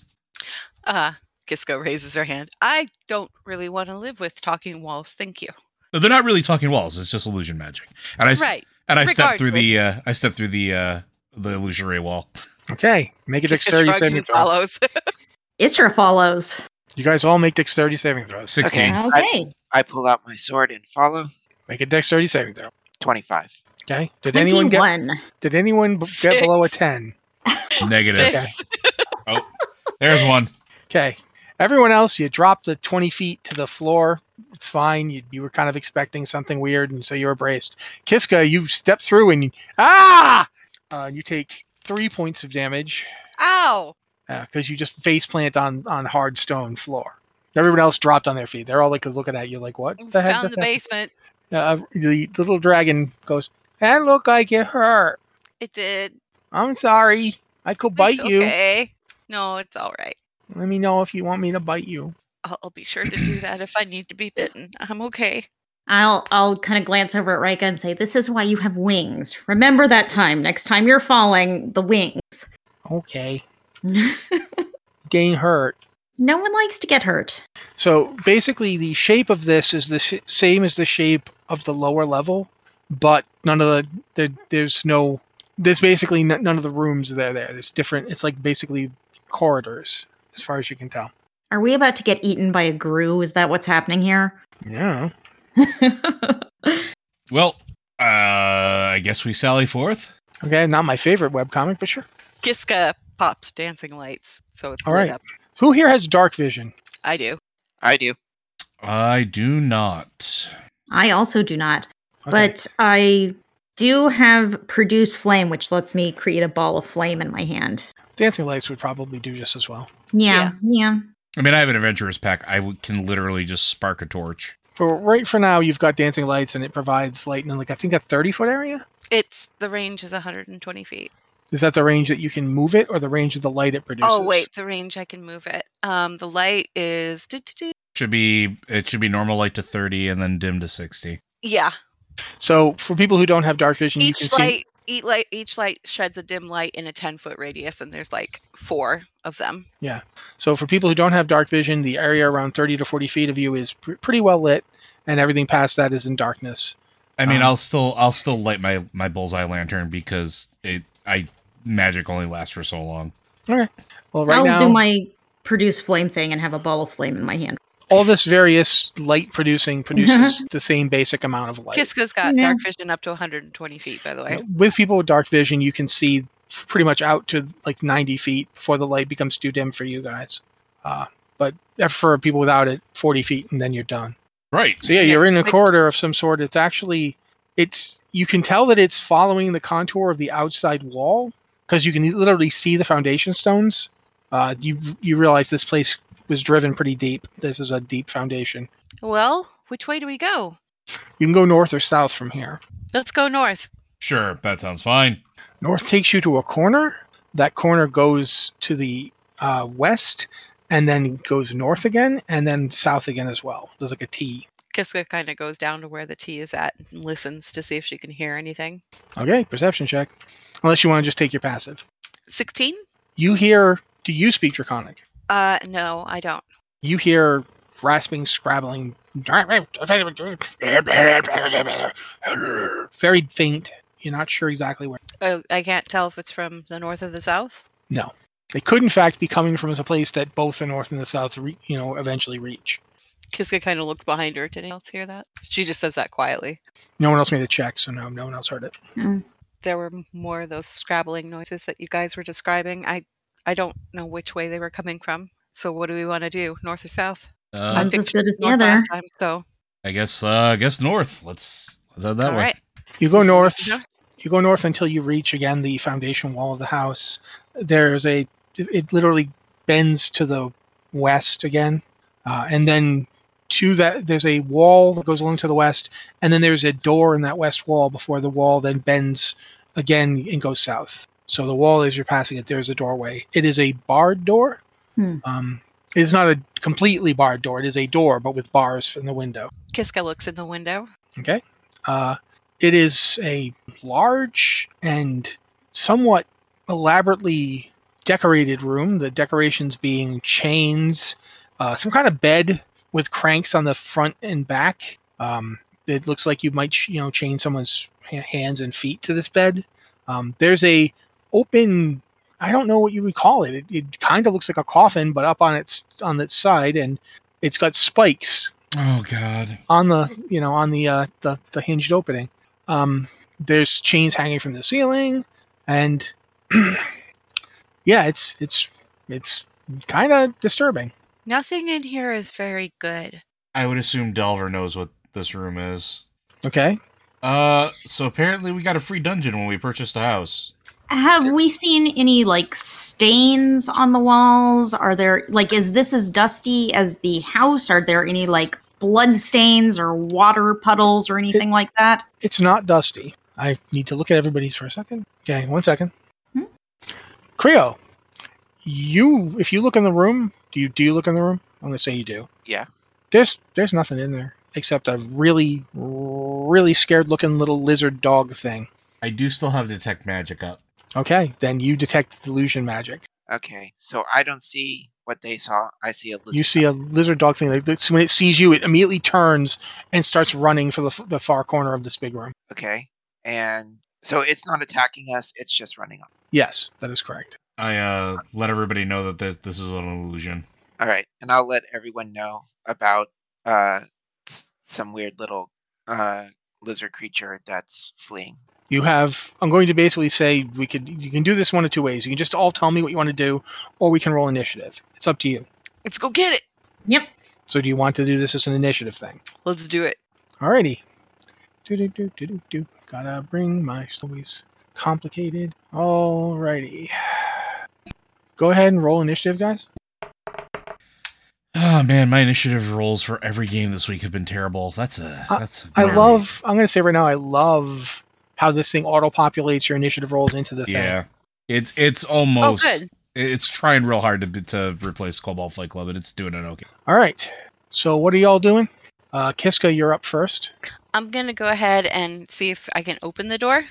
Uh, Kisco raises her hand. I don't really want to live with talking walls. Thank you.
they're not really talking walls it's just illusion magic and i s-
right.
And I step through the uh, I step through the uh, the illusionary wall.
Okay, make a
Kiska
dexterity
shrugs
saving
and
throw.
follows.
Isra follows.
You guys all make dexterity saving throws.
Sixteen.
Okay.
Ah, Okay.
I pull out my sword and follow.
Make a dexterity saving throw.
25.
Okay. Did anyone get?
21.
Did anyone b- get
Six.
below a ten?
Negative.
Six.
There's one.
Okay. Everyone else, you dropped the 20 feet to the floor. It's fine. You, you were kind of expecting something weird, and so you were braced. Kiska, you step through and you, ah, uh, you take three points of damage
Ow.
because Uh, you just face plant on on hard stone floor. Everyone else dropped on their feet. They're all like looking at you, like what the heck?
Found
just
the basement.
happened?" Uh, the little dragon goes. That look like it hurt.
It did.
I'm sorry. I could
It's
bite you.
Okay. No, it's all right.
Let me know if you want me to bite you.
I'll, I'll be sure to do that if I need to be
Yes.
bitten. I'm okay.
I'll I'll kind of glance over at Rika and say, "This is why you have wings. Remember that time. Next time you're falling, the wings.
Okay.
no
Getting hurt.
one likes to get hurt."
So basically, the shape of this is the sh- same as the shape of the lower level, but none of the, the there's no there's basically n- none of the rooms that are there. There's different. It's like basically corridors as far as you can tell.
Are we about to get eaten by a grue? Is that what's happening here?
Yeah.
Well, uh, I guess we sally forth.
Okay. Not my favorite webcomic, but sure.
Kiska pops dancing lights, so it's
All
lit
right.
up.
Who here has dark vision?
I do.
I do.
I do not.
I also do not,
Okay.
but I do have produce flame, which lets me create a ball of flame in my hand.
dancing lights would probably do just as well.
Yeah, yeah.
I mean, I have an adventurer's pack. I w- can literally just spark a torch.
For right for now, you've got dancing lights, and it provides light in like I think a thirty foot area.
It's the range is 120 feet.
Is that the range that you can move it, or the range of the light it produces?
Oh wait, the range I can move it. Um, the light is do, do, do.
Should be it should be normal light to thirty and then dim to sixty.
yeah.
So for people who don't have dark vision, you can
Each
see.
light, each light, each light sheds a dim light in a 10 foot radius, and there's like four of them.
So for people who don't have dark vision, the area around 30 to 40 feet of you is pr- pretty well lit, and everything past that is in darkness.
I mean,
Um,
I'll still I'll still light my my bullseye lantern because it I magic only lasts for so long.
Well, right
I'll
now,
do my produce flame thing and have a ball of flame in my hand.
all this various light producing produces the same basic amount of light.
Kiska's got
Yeah.
dark vision up to 120 feet, by the way.
With people with dark vision, you can see pretty much out to like 90 feet before the light becomes too dim for you guys. Uh, but for people without it, 40 feet, and then you're done.
Right.
So yeah,
Yeah,
you're in a
like-
corridor of some sort. It's actually it's you can tell that it's following the contour of the outside wall because you can literally see the foundation stones. Uh, you you realize this place was driven pretty deep. This is a deep foundation.
Well, which way do we go?
You can go north or south from here.
Let's go north.
Sure, that sounds fine.
North takes you to a corner. That corner goes to the uh, west and then goes north again and then south again as well. There's like a T.
Kiska kind of goes down to where the T is at and listens to see if she can hear anything.
Okay, perception check. Unless you want to just take your passive.
16?
You hear. Do you speak Draconic?
Uh, no, I don't.
you hear rasping, scrabbling, very faint. You're not sure exactly where.
Oh, I can't tell if it's from the north or the south.
No, they could in fact be coming from a place that both the north and the south, re- you know, eventually reach.
Kiska kind of looks behind her. Did anyone else hear that? She just says that quietly.
No one else made a check, so no, no one else heard it.
There were more of those scrabbling noises that you guys were describing. I, I don't know which way they were coming from. So what do we want to do, north or south?
Uh,
I
One's
think
as good as the
North
other.
last time, so
I guess uh, I guess north. Let's let's head that
all
way.
right.
You go north.
Yeah.
You go north until you reach again the foundation wall of the house. There's a. It literally bends to the west again, uh, and then to that there's a wall that goes along to the west, and then there's a door in that west wall before the wall then bends again and goes south. So the wall, as you're passing it, there's a doorway. It is a barred door.
Hmm.
Um, it is not a completely barred door. It is a door, but with bars from the window.
Kiska looks in the window.
Okay. Uh, it is a large and somewhat elaborately decorated room, the decorations being chains, uh, some kind of bed with cranks on the front and back. Um, it looks like you might, ch- you know, chain someone's ha- hands and feet to this bed. Um, there's a open, I don't know what you would call it. It, it kind of looks like a coffin, but up on its on its side, and it's got spikes
Oh God.
on the you know on the uh, the, the hinged opening. Um, there's chains hanging from the ceiling, and yeah, it's it's it's kind of disturbing.
Nothing in here is very good.
I would assume Delver knows what this room is.
Okay,
Uh, so apparently we got a free dungeon when we purchased the house.
Have we seen any like stains on the walls? Are there like is this as dusty as the house? Are there any like blood stains or water puddles or anything like that?
it's not dusty. I need to look at everybody's for a second. Okay, one second.
Hmm?
Creo, you if you look in the room, do you do you look in the room? I'm gonna say you do.
Yeah.
There's there's nothing in there except a really really scared looking little lizard dog thing.
I do still have detect magic up.
Okay, then you detect delusion magic.
Okay, so I don't see what they saw. I see a lizard.
You see a lizard dog thing. Like that's when it sees you, it immediately turns and starts running for the, f- the far corner of this big room.
Okay, and so it's not attacking us. It's just running off.
Yes, that is correct.
I uh let everybody know that this, this is an illusion.
All right, and I'll let everyone know about uh s- some weird little uh lizard creature that's fleeing.
You have. I'm going to basically say we could. You can do this one of two ways. You can just all tell me what you want to do, or we can roll initiative. It's up to you.
Let's go get it.
So, do you want to do this as an initiative thing?
Let's do it.
Alrighty. Do do do do do do. Gotta bring my stories complicated. Alrighty. Go ahead and roll initiative, guys.
Oh man, my initiative rolls for every game this week have been terrible. That's a that's. a
I
grind.
love. I'm going to say right now, I love how this thing auto populates your initiative rolls into the thing.
Yeah, it's it's almost.
Oh, good.
It's trying real hard to be- to replace Cobalt Fight Club, and it's doing it okay.
All right. So what are y'all doing? Uh, Kiska, you're up first.
I'm gonna go ahead and see if I can open the door.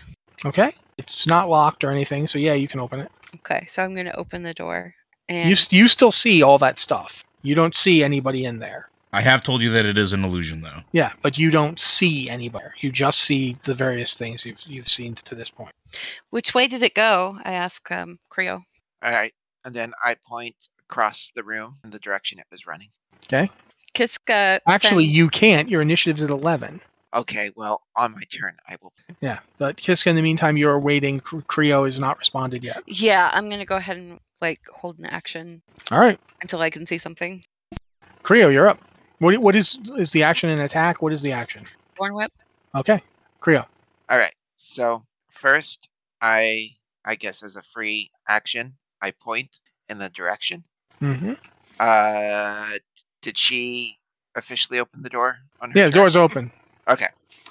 Okay. It's not locked or anything, so yeah, you can open it.
Okay, so I'm gonna open the door. And
You you you still see all that stuff. You don't see anybody in there.
I have told you that it is an illusion, though.
Yeah, but you don't see anybody. You just see the various things you've you've seen to this point.
which way did it go? I ask um, Creo.
All right, and then I point across the room in the direction it was running.
Kiska.
Actually,
sends-
you can't. Your initiative's at eleven.
Okay, well, on my turn, I will.
Yeah, but Kiska, in the meantime, you're waiting. Cre- Creo has not responded yet.
Yeah, I'm gonna go ahead and like hold an action
All right,
until I can see something.
Creo, you're up. What what is is the action an attack? What is the action?
Born whip.
Okay, Creo.
All right. So first, I I guess as a free action, I point in the direction.
Mm-hmm.
Uh, d- did she officially open the door on her?
Yeah, the
turn?
door's open.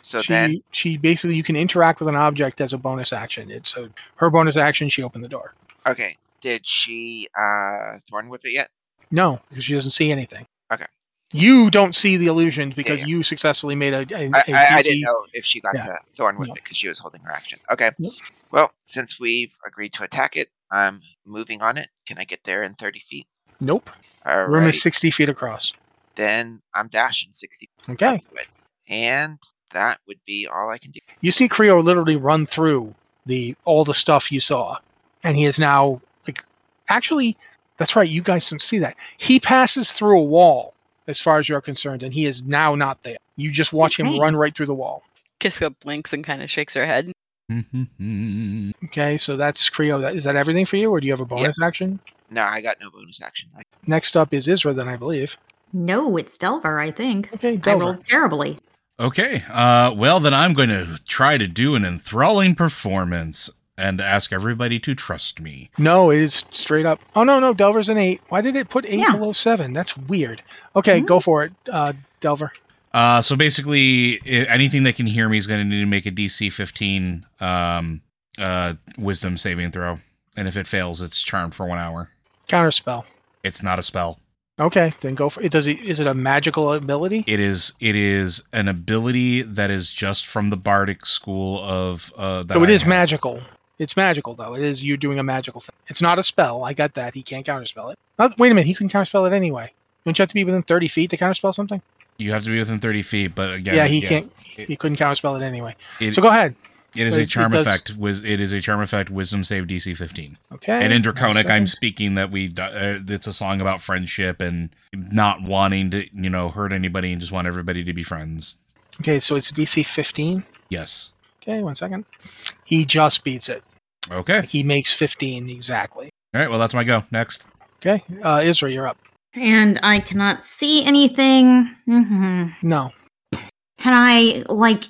So
she
then,
she basically you can interact with an object as a bonus action. It's so her bonus action. She opened the door.
okay. Did she uh thorn whip it yet?
No, because she doesn't see anything.
Okay.
You don't see the illusions because
yeah.
you successfully made a. a-
I,
a
I, I
DC
didn't know if she got
yeah,
to thorn whip
no.
it because she was holding her action. Okay.
Nope.
Well, since we've agreed to attack it, I'm moving on it. Can I get there in 30 feet?
Nope.
All
Room
right.
is 60 feet across.
then I'm dashing 60
Okay.
to it. And that would be all I can do.
You see Creo literally run through the all the stuff you saw, and he is now like actually that's right, you guys don't see that. He passes through a wall as far as you're concerned, and he is now not there. You just watch him
Okay.
run right through the wall.
Kiska blinks and kind of shakes her head.
Okay, so that's Creo. That is that everything for you, or do you have a bonus action?
No, I got no bonus action. I,
Next up is Isra, then I believe.
No, it's Delver, I think.
Okay,
I
Delver.
rolled terribly.
Okay. Uh, well, then I'm going to try to do an enthralling performance and ask everybody to trust me.
No, it is straight up. Oh no, no, Delver's an eight. Why did it put eight
Yeah.
below seven? That's weird. Okay,
Mhm.
go for it, uh, Delver.
Uh, so basically, i- anything that can hear me is going to need to make a DC 15 um, uh, wisdom saving throw. And if it fails, it's charmed for one hour.
Counter spell.
It's not a spell.
Okay, then go for it. Does it? Is it a magical ability?
It is it is an ability that is just from the bardic school of uh that
So it
I
is
have.
magical. It's magical though. It is you doing a magical thing. It's not a spell. I got that. He can't counterspell it. Oh, wait a minute. He couldn't counterspell it anyway. Don't you have to be within thirty feet to counterspell something?
You have to be within 30 feet, but again,
Yeah, he can't.
It-
he couldn't counterspell it anyway.
It,
so go ahead.
it is
but
a
it- it
charm
does-
effect. Wis, it is a charm effect. Wisdom save DC 15.
Okay.
Oh,
And in
one
Draconic, I'm
second.
speaking that we. Uh, it's a song about friendship and not wanting to, you know, hurt anybody and just want everybody to be friends.
okay. So it's DC fifteen.
Yes.
Okay, one second. He just beats it.
Okay.
He makes fifteen exactly.
All right. Well, that's my go. Next.
Okay, uh, Israel, you're up.
And I cannot see anything. hmm
No,
Can I, like,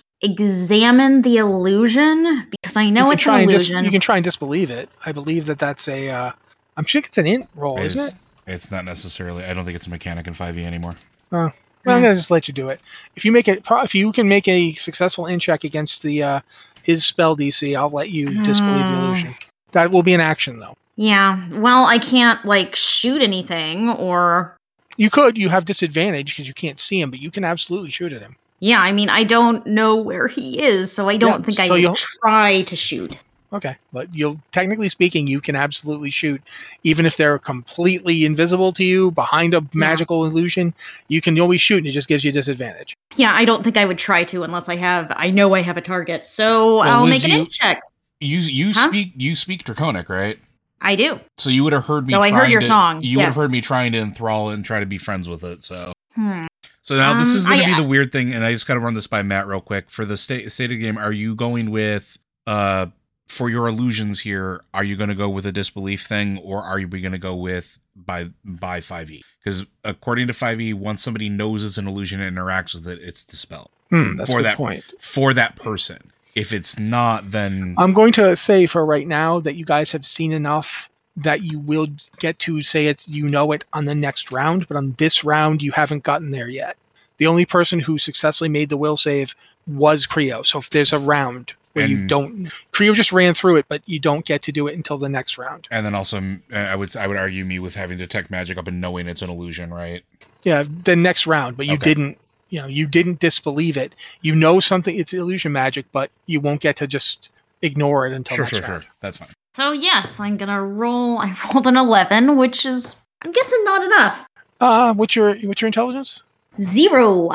examine the illusion? Because I
you
know
can
it's
try
an
and dis-
illusion.
you can try and disbelieve it. I believe that that's a. Uh, I'm sure it's an int
Oh,
roll, isn't
It's-
it?
It's not necessarily. I don't think it's a mechanic in 5e anymore.
Well, I'm gonna just let you do it. If you make it, pro- if you can make a successful int check against the uh, his spell DC, I'll let you disbelieve the
Hmm.
illusion. That will be an action though.
Yeah. Well, I can't like shoot anything or
You could. You have disadvantage because you can't see him, but you can absolutely shoot at him.
yeah, I mean, I don't know where he is, so I don't
Yeah,
think I
so
would
you'll-
try to shoot.
Okay, but you'll technically speaking, you can absolutely shoot, even if they're completely invisible to you behind a magical illusion. You can always shoot, and it just gives you disadvantage.
Yeah, I don't think I would try to unless I have I know I have a target. So I'll make an
Lizzie-
int check.
You you
Huh?
speak you speak Draconic, right?
I do.
So you would have heard me.
No, I heard
trying
your
to-
song,
You would have
yes.
heard me trying to enthrall and try to be friends with it. So.
Hmm.
So now this
Um,
is going to
I-
be the weird thing, and I just got to run this by Matt real quick. For the state state of the game, are you going with uh for your illusions here? Are you going to go with a disbelief thing, or are you going to go with by by five e? Because according to five e, once somebody knows it's an illusion and interacts with it, it's dispelled
Hmm, that's a
for
good
that-
point.
for that person. If it's not, then
I'm going to say for right now that you guys have seen enough that you will get to say it you know it on the next round, but on this round you haven't gotten there yet. The only person who successfully made the will save was Creo. So if there's a round where you
And-
don't Creo just ran through it, but you don't get to do it until the next round.
and then also mm, I would I would argue me with having detect magic up and knowing it's an illusion, right?
Yeah, the next round, but you
Okay.
didn't you know, you didn't disbelieve it. You know something it's illusion magic, but you won't get to just ignore it until
Sure,
next
sure,
round.
sure. That's fine.
So yes, I'm gonna roll I rolled an eleven, which is I'm guessing not enough.
Uh what's your what's your intelligence?
Zero.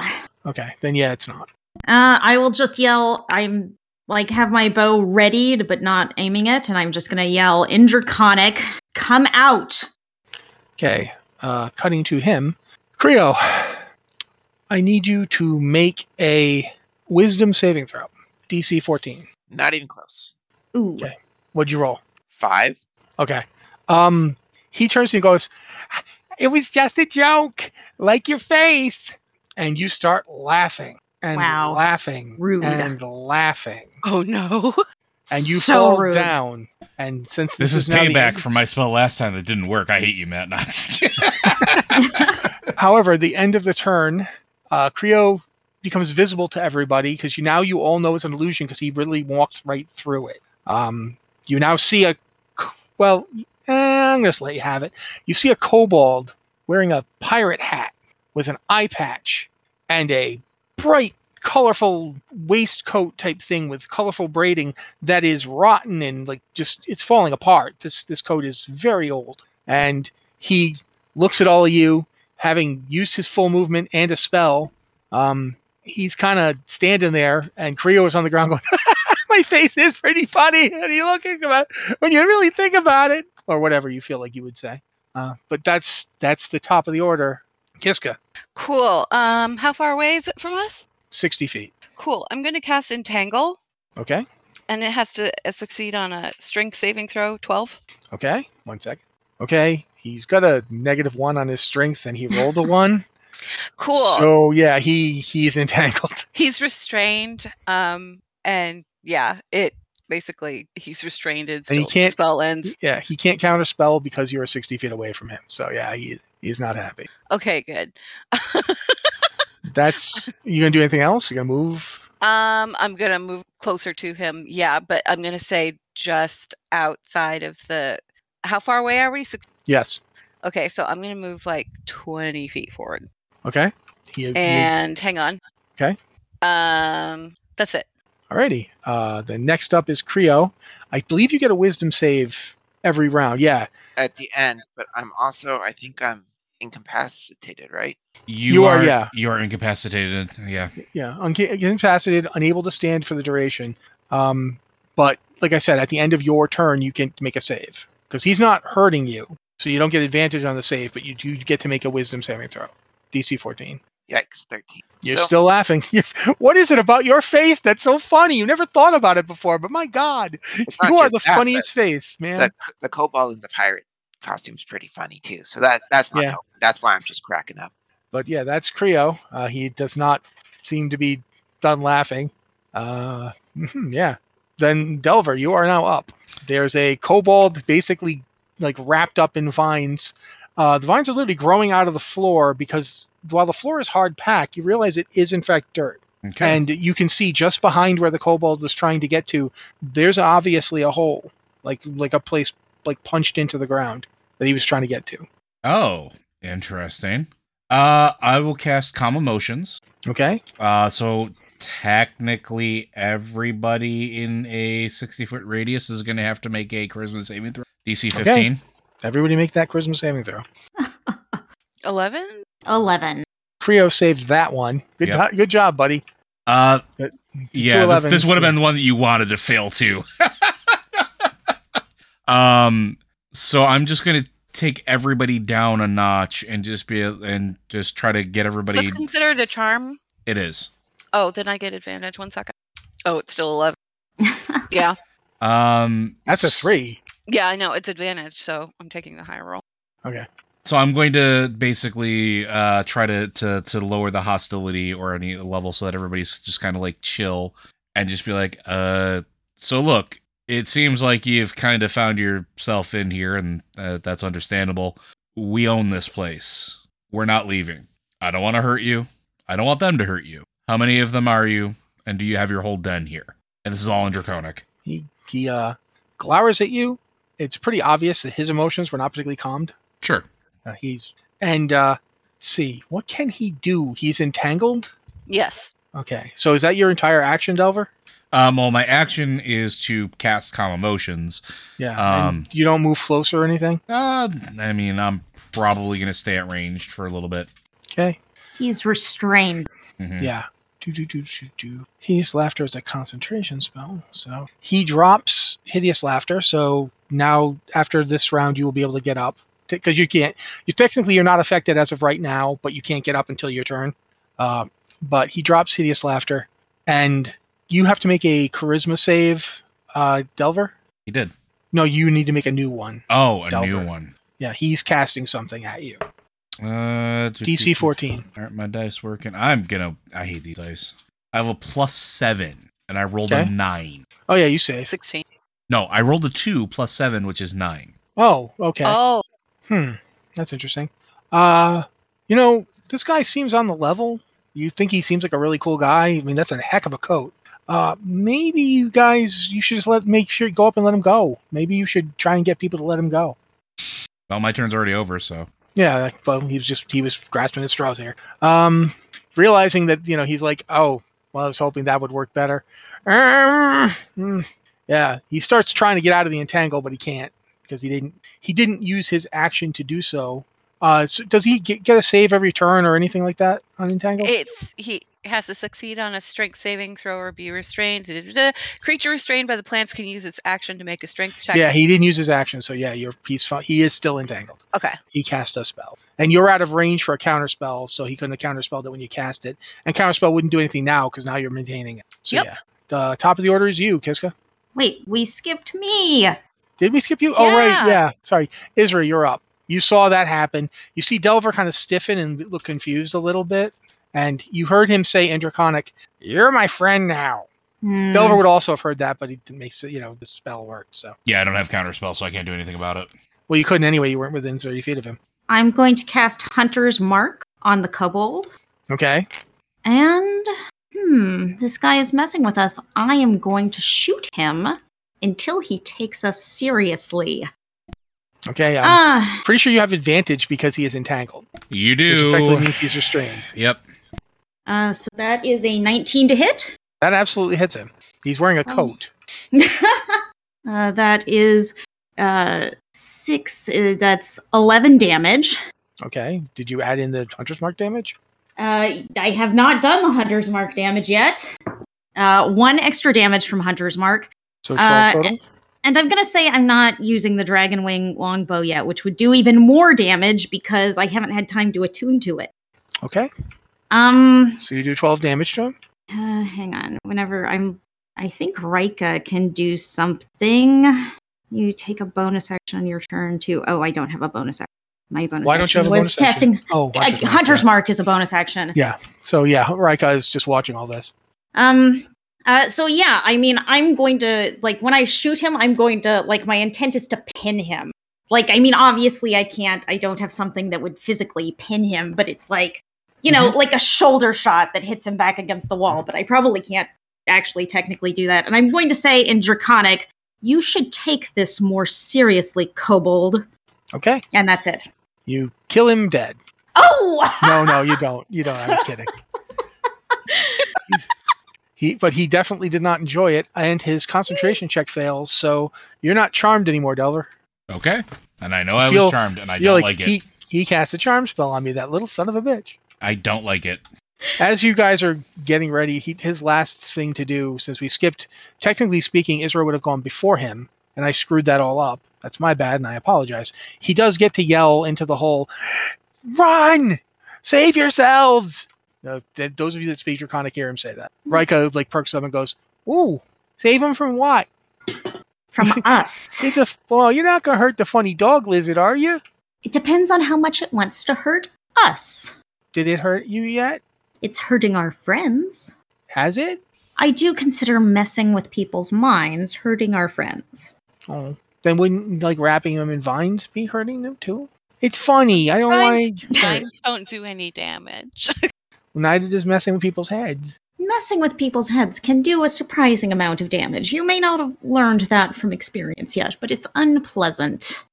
Okay, then yeah, it's not.
Uh, I will just yell. I'm like have my bow readied, but not aiming it, and I'm just gonna yell in Draconic, "Come out!"
Okay, uh, cutting to him. Creo, I need you to make a wisdom saving throw. DC 14.
Not even close.
Ooh,
Okay. What'd you roll?
Five.
Okay. Um, he turns to you and goes, It was just a joke, like your face. And you start laughing and
Wow.
laughing
Rude.
and laughing.
Oh no.
And you
so
fall
rude.
down. And since
This,
this,
is,
now the
payback
end-
for my spell last time that didn't work. I hate you, Matt. Not
However, the end of the turn, uh, Creo becomes visible to everybody because you now you all know it's an illusion because he really walked right through it. Um, you now see a c- well, eh, I'm just let you have it. You see a kobold wearing a pirate hat with an eye patch and a bright, colorful waistcoat type thing with colorful braiding that is rotten and like just it's falling apart. This this coat is very old, and he looks at all of you, having used his full movement and a spell. Um, he's kind of standing there, and Creo is on the ground going, "My face is pretty funny when you look about when you really think about it, or whatever you feel like you would say." Uh, but that's that's the top of the order. Kiska,
Cool. Um, how far away is it from us?
sixty feet.
Cool. I'm going to cast Entangle,
Okay,
and it has to uh, succeed on a strength saving throw, 12.
okay. One second. Okay, he's got a negative one on his strength, and he rolled a one.
Cool.
So yeah, he he's entangled.
he's restrained. Um, and yeah, it basically he's restrained and
And
still
he can't-
spell ends.
Yeah, he can't counter spell because you are sixty feet away from him. So yeah, he he's not happy.
Okay, good.
That's you gonna do anything else? You gonna move?
Um, I'm gonna move closer to him. Yeah, but I'm gonna say just outside of the. How far away are we? Six.
Yes.
Okay, so I'm gonna move like 20 feet forward.
Okay. You- you-
And hang on.
Okay.
Um, that's it.
Alrighty. Uh, the next up is Creo. I believe you get a wisdom save every round. Yeah.
at the end, but I'm also I think I'm incapacitated, right?
You,
You
are,
are, yeah.
You are incapacitated. Yeah.
Yeah. Unca- incapacitated, unable to stand for the duration. Um, but like I said, at the end of your turn, you can make a save because he's not hurting you. So you don't get advantage on the save, but you do get to make a wisdom saving throw. DC 14.
Yikes, thirteen.
You're
So-
still laughing. what is it about your face that's so funny? You never thought about it before, but my God,
not
you are
just
the
that, but
funniest face, man.
The c- the kobold in the pirate costume's pretty funny too. So that that's not
Yeah.
helping. that's why I'm just cracking up.
but yeah, that's Creo. Uh, he does not seem to be done laughing. Uh, mhm, yeah. Then Delver, you are now up. There's a kobold basically like wrapped up in vines. Uh, the vines are literally growing out of the floor because while the floor is hard packed, you realize it is in fact dirt.
Okay.
And you can see just behind where the kobold was trying to get to, there's obviously a hole, like like a place like punched into the ground that he was trying to get to.
oh, interesting. Uh, I will cast calm emotions.
Okay.
Uh, so technically, everybody in a sixty foot radius is going to have to make a charisma saving throw. DC
Okay.
fifteen.
Everybody make that charisma saving throw.
11.
11.
Creo saved that one. Good,
Yep.
jo- good job, buddy.
Uh,
But
yeah, this,
211
this would have
so-
been the one that you wanted to fail to. um, so I'm just gonna take everybody down a notch and just be and just try to get
So
everybody.
it's considered a charm.
it is.
Oh, then I get advantage. One second. Oh, it's still 11. Yeah.
Um,
That's a
s-
three.
Yeah, I know. It's advantage, so I'm taking the higher roll.
So I'm going to basically uh try to to to lower the hostility or any level so that everybody's just kind of like chill and just be like, uh, so look, it seems like you've kind of found yourself in here, and uh, that's understandable. We own this place. We're not leaving. I don't want to hurt you. I don't want them to hurt you. How many of them are you? And do you have your whole den here? And this is all in draconic.
He he uh, glowers at you. It's pretty obvious that his emotions were not particularly calmed.
Sure.
Uh, he's and uh, let's see what can he do? He's entangled.
Yes.
Okay, so is that your entire action, Delver?
Um, well, my action is to cast calm emotions.
Yeah.
Um,
and you don't move closer or anything.
Uh, I mean, I'm probably gonna stay at ranged for a little bit.
Okay.
He's restrained.
Mhm.
Yeah. Do do do do do. Hideous laughter is a concentration spell, so he drops hideous laughter. So now, after this round, you will be able to get up because you can't. You technically you're not affected as of right now, but you can't get up until your turn. Uh, but he drops hideous laughter, and you have to make a charisma save, uh, Delver.
he did.
No, you need to make a new one.
Oh, a
Delver.
new one.
Yeah, he's casting something at you.
Uh, do- do-
DC
do-
14.
Aren't my dice working? I'm gonna. I hate these dice. I have a plus seven, and I rolled
Okay.
a nine.
Oh yeah, you save.
16.
No, I rolled a two plus seven, which is nine.
Oh, okay.
Oh,
Hmm, that's interesting. Uh, you know, this guy seems on the level. You think he seems like a really cool guy. I mean, that's a heck of a coat. Uh, maybe you guys, you should just let make sure go up and let him go. Maybe you should try and get people to let him go.
Well, my turn's already over, so
Yeah, like, well, he was just he was grasping at straws here. Um, realizing that you know he's like, oh, well, I was hoping that would work better. Um, mm. yeah, he starts trying to get out of the entangle, but he can't because he didn't he didn't use his action to do so. Uh, so does he get, get a save every turn or anything like that on Entangle?
It's he has to succeed on a strength saving throw or be restrained. Da, da, da. Creature restrained by the plants can use its action to make a strength check.
yeah, he didn't use his action, so yeah, you're he's fine. He is still entangled.
Okay.
He cast a spell, and you're out of range for a counter spell, so he couldn't have counter spelled it when you cast it. And counter spell wouldn't do anything now because now you're maintaining it. So
Yep.
yeah, the top of the order is you, Kiska.
Wait, we skipped me.
Did we skip you? Oh right,
Yeah.
yeah. Sorry, Isra, you're up. You saw that happen. You see Delver kind of stiffen and look confused a little bit, and you heard him say in Draconic, "You're my friend now."
Hmm.
Delver would also have heard that, but he didn't makes it, you know, the spell worked. So,
Yeah, I don't have counter spell, so I can't do anything about it.
well, you couldn't anyway. You weren't within 30 feet of him.
I'm going to cast Hunter's Mark on the kobold.
Okay.
And hmm, this guy is messing with us. I am going to shoot him until he takes us seriously.
Okay. I'm
Uh,
Ah,
pretty sure you have advantage because he is entangled,
You
which effectively
do.
means he's restrained.
Yep.
uh, so that is a 19 to hit.
That absolutely hits him. He's wearing a
Oh.
coat.
uh, that is uh, six. Uh, that's 11 damage.
Okay. Did you add in the hunter's mark damage?
Uh, I have not done the Hunter's Mark damage yet. Uh, one extra damage from Hunter's Mark.
So 12
Uh,
total.
And I'm going to say I'm not using the Dragon Wing longbow yet, which would do even more damage because I haven't had time to attune to it.
Okay.
Um,
So you do 12 damage to him.
uh, hang on. Whenever I'm, I think Rika can do something. You take a bonus action on your turn to. Oh, I don't have a bonus action. My bonus
Why don't you
action
have a
was
bonus
casting.
action? Oh,
uh,
hunter's, mark,
Hunter's
yeah.
Mark is a bonus action.
So yeah, Rika is just watching all this.
Um. Uh, so yeah, I mean, I'm going to like when I shoot him, I'm going to like my intent is to pin him. Like, I mean, obviously, I can't. I don't have something that would physically pin him, but it's like, you know, like a shoulder shot that hits him back against the wall. But I probably can't actually technically do that. And I'm going to say in draconic, you should take this more seriously, kobold.
Okay.
And that's it.
You kill him dead.
Oh,
No, no, you don't. You don't. I was kidding. he, but he definitely did not enjoy it, and his concentration check fails. So you're not charmed anymore, Delver.
Okay. And I know I
Feel-
was charmed, and I
you're
don't like,
he
it.
he cast a charm spell on me, that little son of a bitch.
I don't like it.
As you guys are getting ready, he, his last thing to do, since we skipped, technically speaking, Israel would have gone before him, and I screwed that all up. That's my bad, and I apologize. He does get to yell into the hole, "Run! Save yourselves!" Uh, th- those of you that speak Draconic hear him say that. Rika like perks up and goes, "Ooh, save him from what?
from us.
He's a f- well. You're not gonna hurt the funny dog lizard, are you?
It depends on how much it wants to hurt us.
Did it hurt you yet?
It's hurting our friends.
Has it?
I do consider messing with people's minds hurting our friends.
Oh, then wouldn't like wrapping them in vines be hurting them too? It's funny. I don't
Vines-
like.
Mines don't do any damage.
Neither does messing with people's heads.
Messing with people's heads can do a surprising amount of damage. You may not have learned that from experience yet, but it's unpleasant.
Well,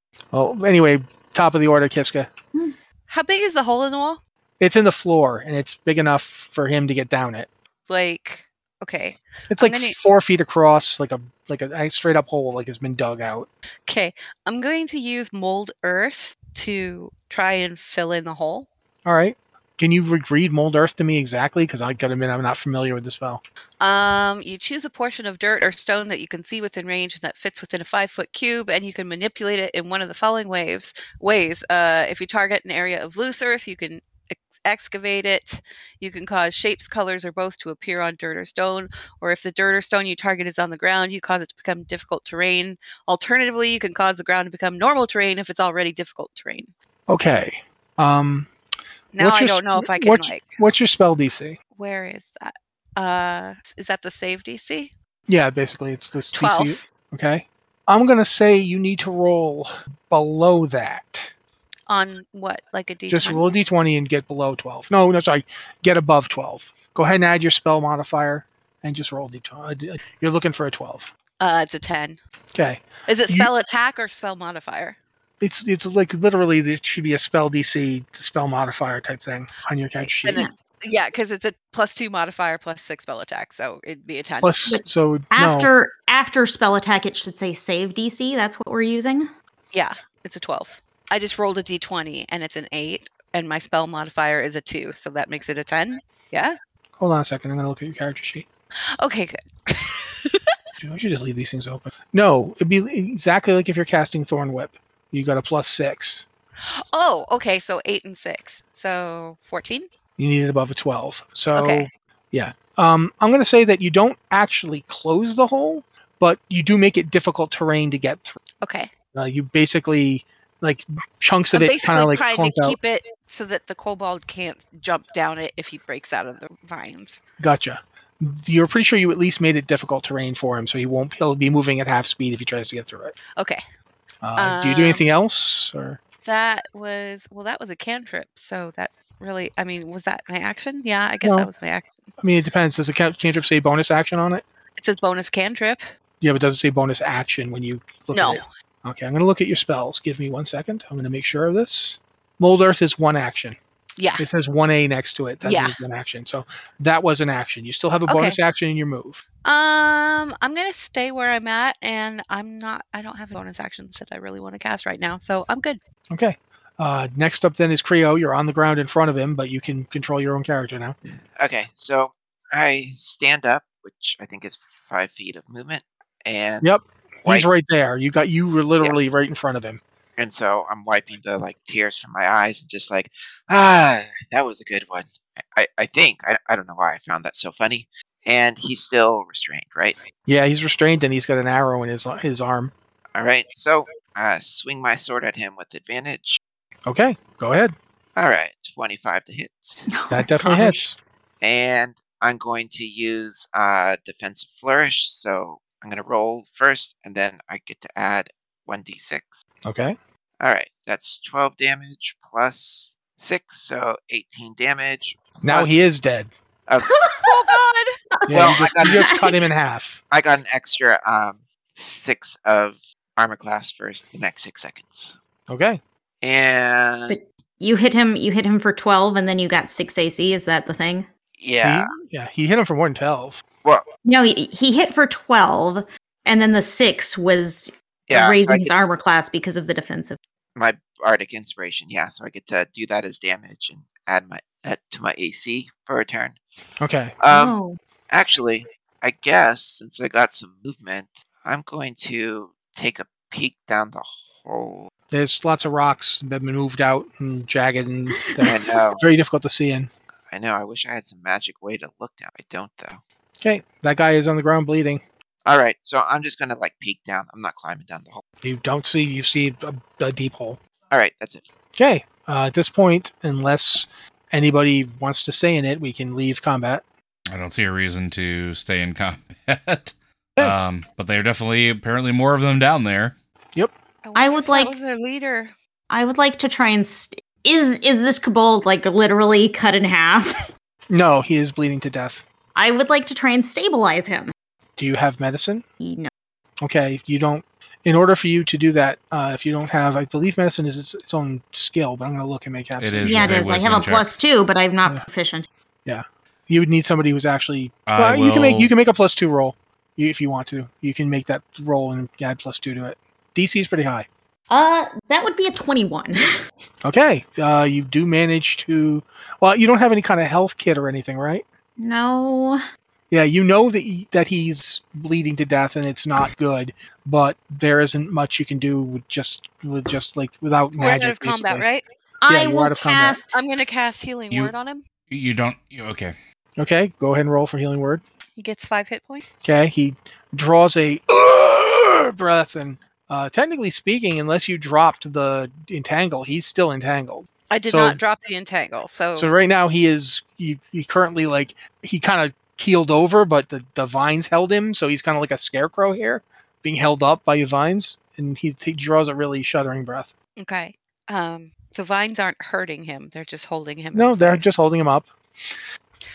Oh, anyway, top of the order, Kiska.
How big is the hole in the wall?
It's in the floor, and it's big enough for him to get down it.
Like, okay.
It's
I'm
like
gonna-
four feet across, like a like a, a straight up hole, like has been dug out.
Okay. I'm going to use mold earth to try and fill in the hole.
All right. Can you re- read Mold Earth to me exactly? Because I gotta admit, I'm not familiar with the spell.
Um, you choose a portion of dirt or stone that you can see within range and that fits within a five foot cube, and you can manipulate it in one of the following waves. Ways. Uh, if you target an area of loose earth, you can ex- excavate it. You can cause shapes, colors, or both to appear on dirt or stone. Or if the dirt or stone you target is on the ground, you cause it to become difficult terrain. Alternatively, you can cause the ground to become normal terrain if it's already difficult terrain.
Okay. Um,
Now
What's
I
your s-
don't know if I can
what's-
like.
what's your spell DC?
Where is that? Uh, is that the save DC?
Yeah, basically, it's this
Twelve.
DC. Okay. I'm gonna say you need to roll below that.
on what like a d
Just roll a d20 and get below 12. No, no, sorry. Get above 12. Go ahead and add your spell modifier and just roll d20. uh, You're looking for a 12.
uh it's a 10
Okay.
is it
You-
spell attack or spell modifier
It's it's like literally there should be a spell DC to spell modifier type thing on your character sheet.
then it- yeah because it's a plus two modifier plus six spell attack so it'd be a 10
Plus,
But
so no.
After after spell attack, it should say save DC. That's what we're using.
yeah it's a 12 I just rolled a d20 and it's an 8 and my spell modifier is a 2, so that makes it a 10. Yeah?
Hold on a second. I'm going to look at your character sheet.
Okay, good.
Dude, we should just leave these things open. No, it'd be exactly like if you're casting Thorn Whip. You got a plus six.
oh, okay, so 8 and 6. So 14?
You need it above a 12. So,
Okay.
yeah. Um, I'm going to say that you don't actually close the hole, but you do make it difficult terrain to get through.
Okay.
Uh, you basically, like, chunks
I'm
of it kind
basically
of like
trying
clunk
to
out.
keep it so that the kobold can't jump down it if he breaks out of the vines.
Gotcha. You're pretty sure you at least made it difficult terrain for him, so he won't. He'll be moving at half speed if he tries to get through it.
Okay.
Uh, do you do
Um,
anything else? Or
That was well. That was a cantrip, so that really. I mean, was that my action? Yeah, I guess
No.
that was my action.
I mean, it depends. Does the can- cantrip say bonus action on it?
It says bonus cantrip.
Yeah, but it doesn't say bonus action when you look
no.
at it. Okay, I'm going to look at your spells. Give me one second. I'm going to make sure of this. Mold Earth is one action.
Yeah.
It says 1A next to it. That
Yeah.
means one action. So that was an action. You still have a bonus action in your move.
Um, I'm gonna stay where I'm at, and I'm not. I don't have bonus actions that I really want to cast right now, so I'm good.
Okay. Uh, next up then is Creo. You're on the ground in front of him, but you can control your own character now.
Okay, so I stand up, which I think is five feet of movement, and
Yep,
wipe-
He's right there. You got you were literally right in front of him.
and so I'm wiping the like tears from my eyes and just like, ah, that was a good one. I, I- I think I, I don't know why I found that so funny. And he's still restrained, right?
Yeah, he's restrained and he's got an arrow in his his arm.
All right, so I swing my sword at him with advantage.
Okay, go ahead.
All right, 25 to hit.
That definitely
Oh Gosh.
hits.
and I'm going to use uh, defensive flourish. So I'm going to roll first, and then I get to add 1d6.
Okay.
All right, that's 12 damage plus 6, so 18 damage.
Now
plus-
he is dead.
Oh God!
Yeah,
Well,
you, just,
I got-
you just cut him in half.
I got an extra um, 6 of armor class for s- the next 6 seconds.
Okay.
And
But- You hit him. You hit him for twelve, and then you got six AC. Is that the thing?
yeah,
He, yeah, he hit him for more than 12.
No, he, he hit for twelve, and then the six was
yeah, so I
raising his
get
armor class because of the defensive.
my bardic inspiration. Yeah, so I get to do that as damage and add my add to my AC for a turn.
Okay.
Um,
oh,
Actually, I guess since I got some movement, I'm going to take a peek down the hole.
There's lots of rocks that moved out and jagged and
I
they're
know,
very difficult to see in.
I know. I wish I had some magic way to look down. I don't though.
Okay. That guy is on the ground bleeding.
All right, so I'm just gonna like peek down. I'm not climbing down the hole.
You don't see, you see a, a deep hole.
All right, that's it.
Okay. Uh, at this point, unless anybody wants to stay in it, we can leave combat.
I don't see a reason to stay in combat.
Okay.
um, but there are definitely apparently more of them down there.
wonder
would
if that
like-
was their leader.
I would like to try and. St- is is this kobold like literally cut in half?
No, he is bleeding to death.
I would like to try and stabilize him.
Do you have medicine?
He- no.
Okay, you don't. In order for you to do that, uh, if you don't have, I believe medicine is its, its own skill, but I'm going to look and make absolutely.
Is
Yeah, it
just a
is. I have
wisdom
a
check.
plus two, but I'm not
Yeah.
proficient.
You would need somebody who's actually.
I
well, you can make
will-
you can make a plus two roll you- if you want to. You can make that roll and add plus two to it. DC is pretty high.
Uh, that would be a twenty-one.
Okay, uh, you do manage to. Well, you don't have any kind of health kit or anything, right?
no.
Yeah, you know that he, that he's bleeding to death and it's not good, but there isn't much you can do with just with just like without
We're out
magic.
of combat,
basically.
right?
I
you
will
ought to come back.
cast.
I'm gonna cast healing
You-
word on him.
You don't. You, okay.
Okay, go ahead and roll for healing word.
He gets five hit points.
Okay, he draws a breath, and uh, technically speaking, unless you dropped the entangle, he's still entangled.
I did
So-
not drop the entangle, so,
So right now, he is he, he currently like he kind of keeled over, but the, the vines held him, so he's kind of like a scarecrow here, being held up by your vines, and he, he draws a really shuddering breath.
okay. Um, the vines aren't hurting him; they're just holding him.
No,
in
they're
place.
just holding him up.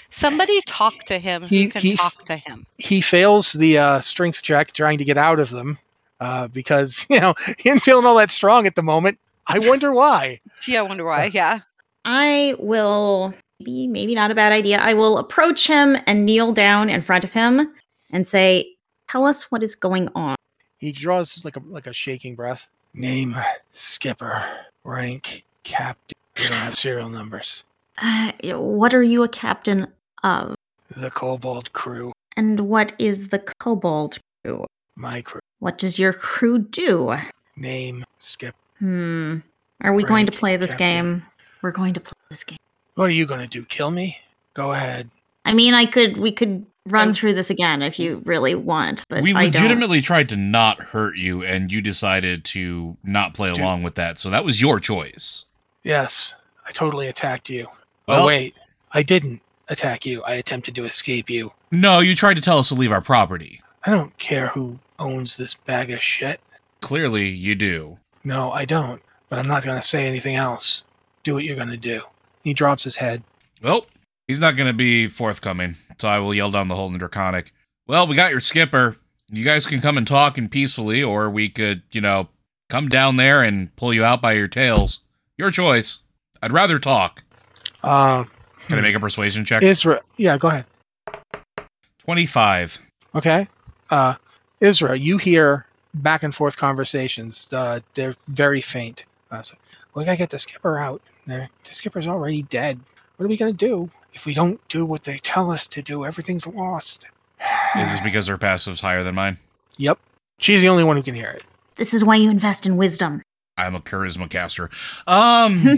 Somebody talk to him.
He-
Who can
he-
talk to him?
He fails the uh, strength check trying to get out of them uh, because you know he ain't feeling all that strong at the moment. I wonder why.
Gee, I wonder why. Yeah.
I will be maybe not a bad idea. I will approach him and kneel down in front of him and say, "Tell us what is going on."
He draws like a like a shaking breath. Name Skipper. rank captain. We don't have serial numbers.
Uh, what are you a captain of?
The Kobold crew,
And what is the Kobold crew?
my crew.
What does your crew do?
Name Skip.
Hmm. Are we going to
Rank
play this
captain.
game? We're going to play this game.
What are you gonna do? Kill me? Go ahead.
I mean, I could. We could run
And-
through this again if you really want, but
we
I
legitimately tried to not hurt you, and you decided to not play
Dude.
along with that. So that was your choice.
Yes, I totally attacked you.
Well-
oh wait, I didn't attack you. I attempted to escape you.
No, you tried to tell us to leave our property.
I don't care who owns this bag of shit.
Clearly, you do.
No, I don't. But I'm not gonna say anything else. Do what you're gonna do. He drops his head.
Well, he's not going to be forthcoming, so I will yell down the hole in Draconic. Well, we got your skipper. You guys can come and talk and peacefully, or we could, you know, come down there and pull you out by your tails. Your choice. I'd rather talk.
Um,
Can I make a persuasion check?
Isra, yeah, go ahead.
25.
Okay. Uh, Isra, you hear back and forth conversations. Uh, they're very faint. Uh, so, we gotta get the skipper out. Uh, The skipper's already dead. What are we gonna do if we don't do what they tell us to do? Everything's lost.
Is this because her passive's higher than mine?
Yep. She's the only one who can hear it.
This is why you invest in wisdom.
I'm a charisma caster. Um,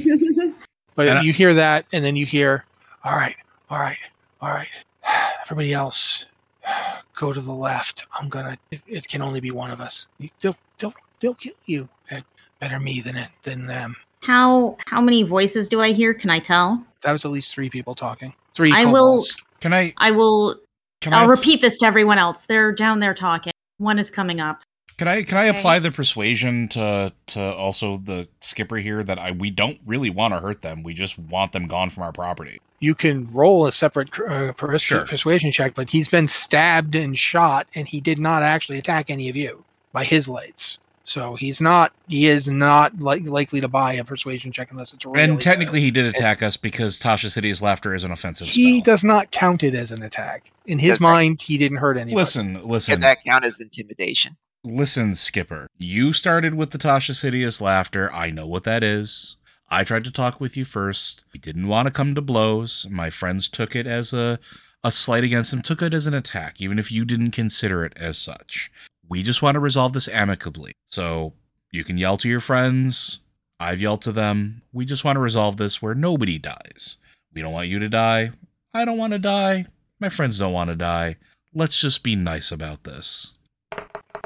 But
And I-
you hear that, and then you hear, "All right, all right, all right." Everybody else, go to the left. I'm gonna. It, it can only be one of us. You- They'll, they'll, they'll kill you. Eh, Better me than it, than them.
how how many voices do I hear? Can I tell?
That was at least three people talking. Three.
I will-
kobolds.
can I
I will.
can I
I'll repeat this to everyone else. They're down there talking. One is coming up.
can I can I
Okay.
apply the persuasion to to also the skipper here that I we don't really want to hurt them. We just want them gone from our property.
You can roll a separate uh, per-
Sure.
persuasion check, but he's been stabbed and shot, and he did not actually attack any of you by his lights. So he's not. He is not li- likely to buy a persuasion check unless it's really.
and technically he did attack us because Tasha City's laughter is an offensive
he
spell.
does not count it as an attack. In his
Does that-
mind, he didn't hurt anybody.
Listen,
Can
listen,
that count as intimidation?
listen, Skipper. You started with the Tasha City as laughter. I know what that is. I tried to talk with you first. We didn't want to come to blows. My friends took it as a a slight against them, took it as an attack, even if you didn't consider it as such. We just want to resolve this amicably. So you can yell to your friends. I've yelled to them. We just want to resolve this where nobody dies. We don't want you to die. I don't want to die. My friends don't want to die. Let's just be nice about this.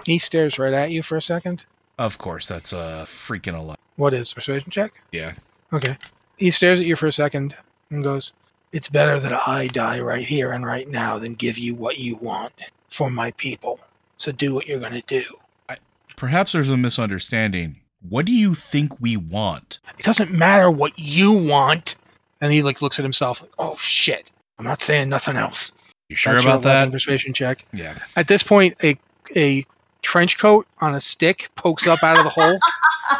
He stares right at you for a second.
Of course, that's a freaking a lot.
What is persuasion check?
Yeah.
Okay. He stares at you for a second and goes, It's better that I die right here and right now than give you what you want for my people. So do what you're going to do.
Perhaps there's a misunderstanding. What do you think we want?
It doesn't matter what you want. And he like looks at himself like, Oh shit. I'm not saying nothing else.
You sure
That's your
about
11
that?
Persuasion check.
Yeah.
At this point, a a trench coat on a stick pokes up out of the hole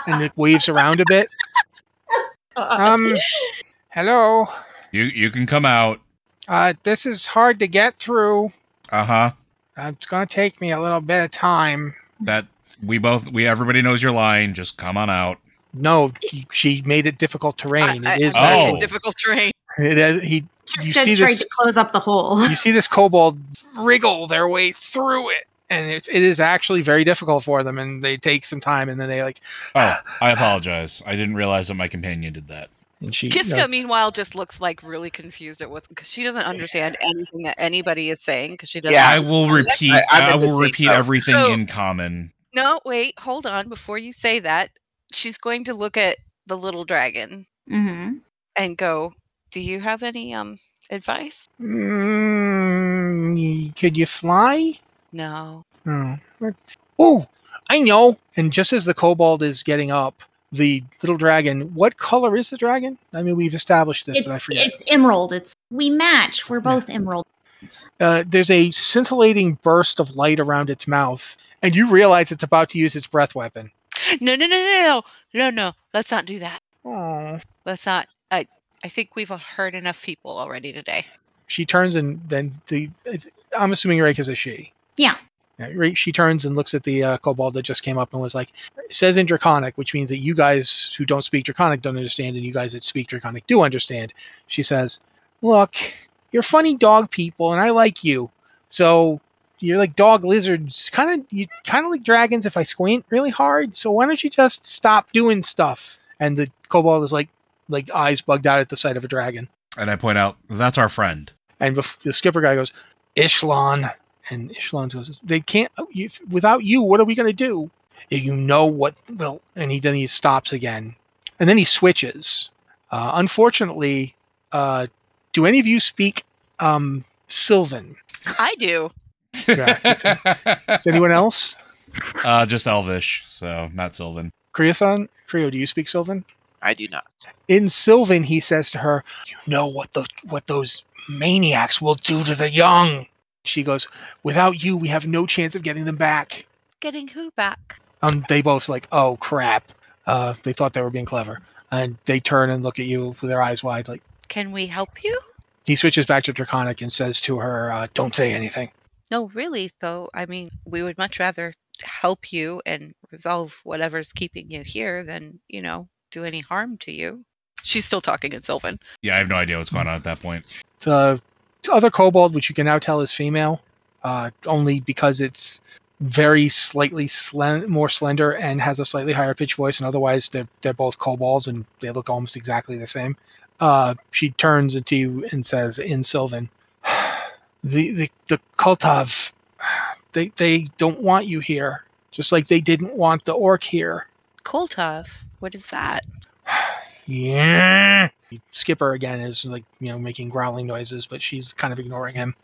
and it waves around a bit. Um, hello.
You you can come out.
Uh, this is hard to get through.
Uh huh.
Uh, it's gonna take me a little bit of time.
That we both we everybody knows you're lying. Just come on out.
No, he- she made it difficult terrain.
I- I-
it is.
I'm actually
Oh.
difficult terrain.
It is he. You
Kiska
see
tried
this?
to close up the hole.
You see this kobold wriggle their way through it, and it's it is actually very difficult for them. And they take some time, and then they like.
Oh, I apologize. I didn't realize that my companion did that.
And she.
Kiska,
uh,
meanwhile, just looks like really confused at what's because she doesn't understand anything that anybody is saying because she doesn't.
Yeah.
I will repeat.
I- I'm
I,
in the
will
same
repeat
boat.
everything
So-
in common.
No, wait, hold on. Before you say that, she's going to look at the little dragon
hmm
and go, "Do you have any um advice?"
"Mm, could you fly?
No.
Oh, that's- oh, I know. And just as the kobold is getting up, the little dragon. What color is the dragon? I mean, we've established this, but I
It's
forget.
it's emerald. It's we match. We're both emerald.
Uh, there's a scintillating burst of light around its mouth, and you realize it's about to use its breath weapon.
No, no, no, no, no, no, no. Let's not do that.
Oh.
Let's not. I I think we've heard enough people already today.
She turns and then the. It's, I'm assuming Rake is a she.
Yeah.
Uh, re- She turns and looks at the uh, kobold that just came up and was like, it says in Draconic, which means that you guys who don't speak Draconic don't understand, and you guys that speak Draconic do understand. She says, Look, you're funny dog people, and I like you. So you're like dog lizards, kind of you kind of like dragons if I squint really hard. So why don't you just stop doing stuff? And the kobold is like, like eyes bugged out at the sight of a dragon.
And I point out, that's our friend.
And bef- the skipper guy goes, Ishlan. And Ishlan goes, they can't, oh, you- without you, what are we going to do? You know what, well, and he then he stops again. And then he switches. Uh, unfortunately, uh, do any of you speak um, Sylvan?
I do.
Yeah, Is anyone else?
uh, just Elvish, so not Sylvan.
Creothon? Creo, do you speak Sylvan?
I do not.
In Sylvan, he says to her, "You know what the what those maniacs will do to the young." She goes, "Without you, we have no chance of getting them back."
Getting who back?
And they both like, "Oh crap!" Uh, they thought they were being clever, and they turn and look at you with their eyes wide. Like
Can we help you?
he switches back to Draconic and says to her, uh, "Don't say anything."
No, really, though. I mean, we would much rather help you and resolve whatever's keeping you here than, you know, do any harm to you. She's still talking in Sylvan.
Yeah, I have no idea what's going on at that point.
The other kobold, which you can now tell is female, uh, only because it's very slightly slen- more slender and has a slightly higher pitched voice, and otherwise they're they're both kobolds and they look almost exactly the same. Uh, she turns to you and says in Sylvan, "The the the Kultav, they they don't want you here, just like they didn't want the orc here."
Koltov, what is that?
Yeah. Skipper again is like you know making growling noises, but she's kind of ignoring him.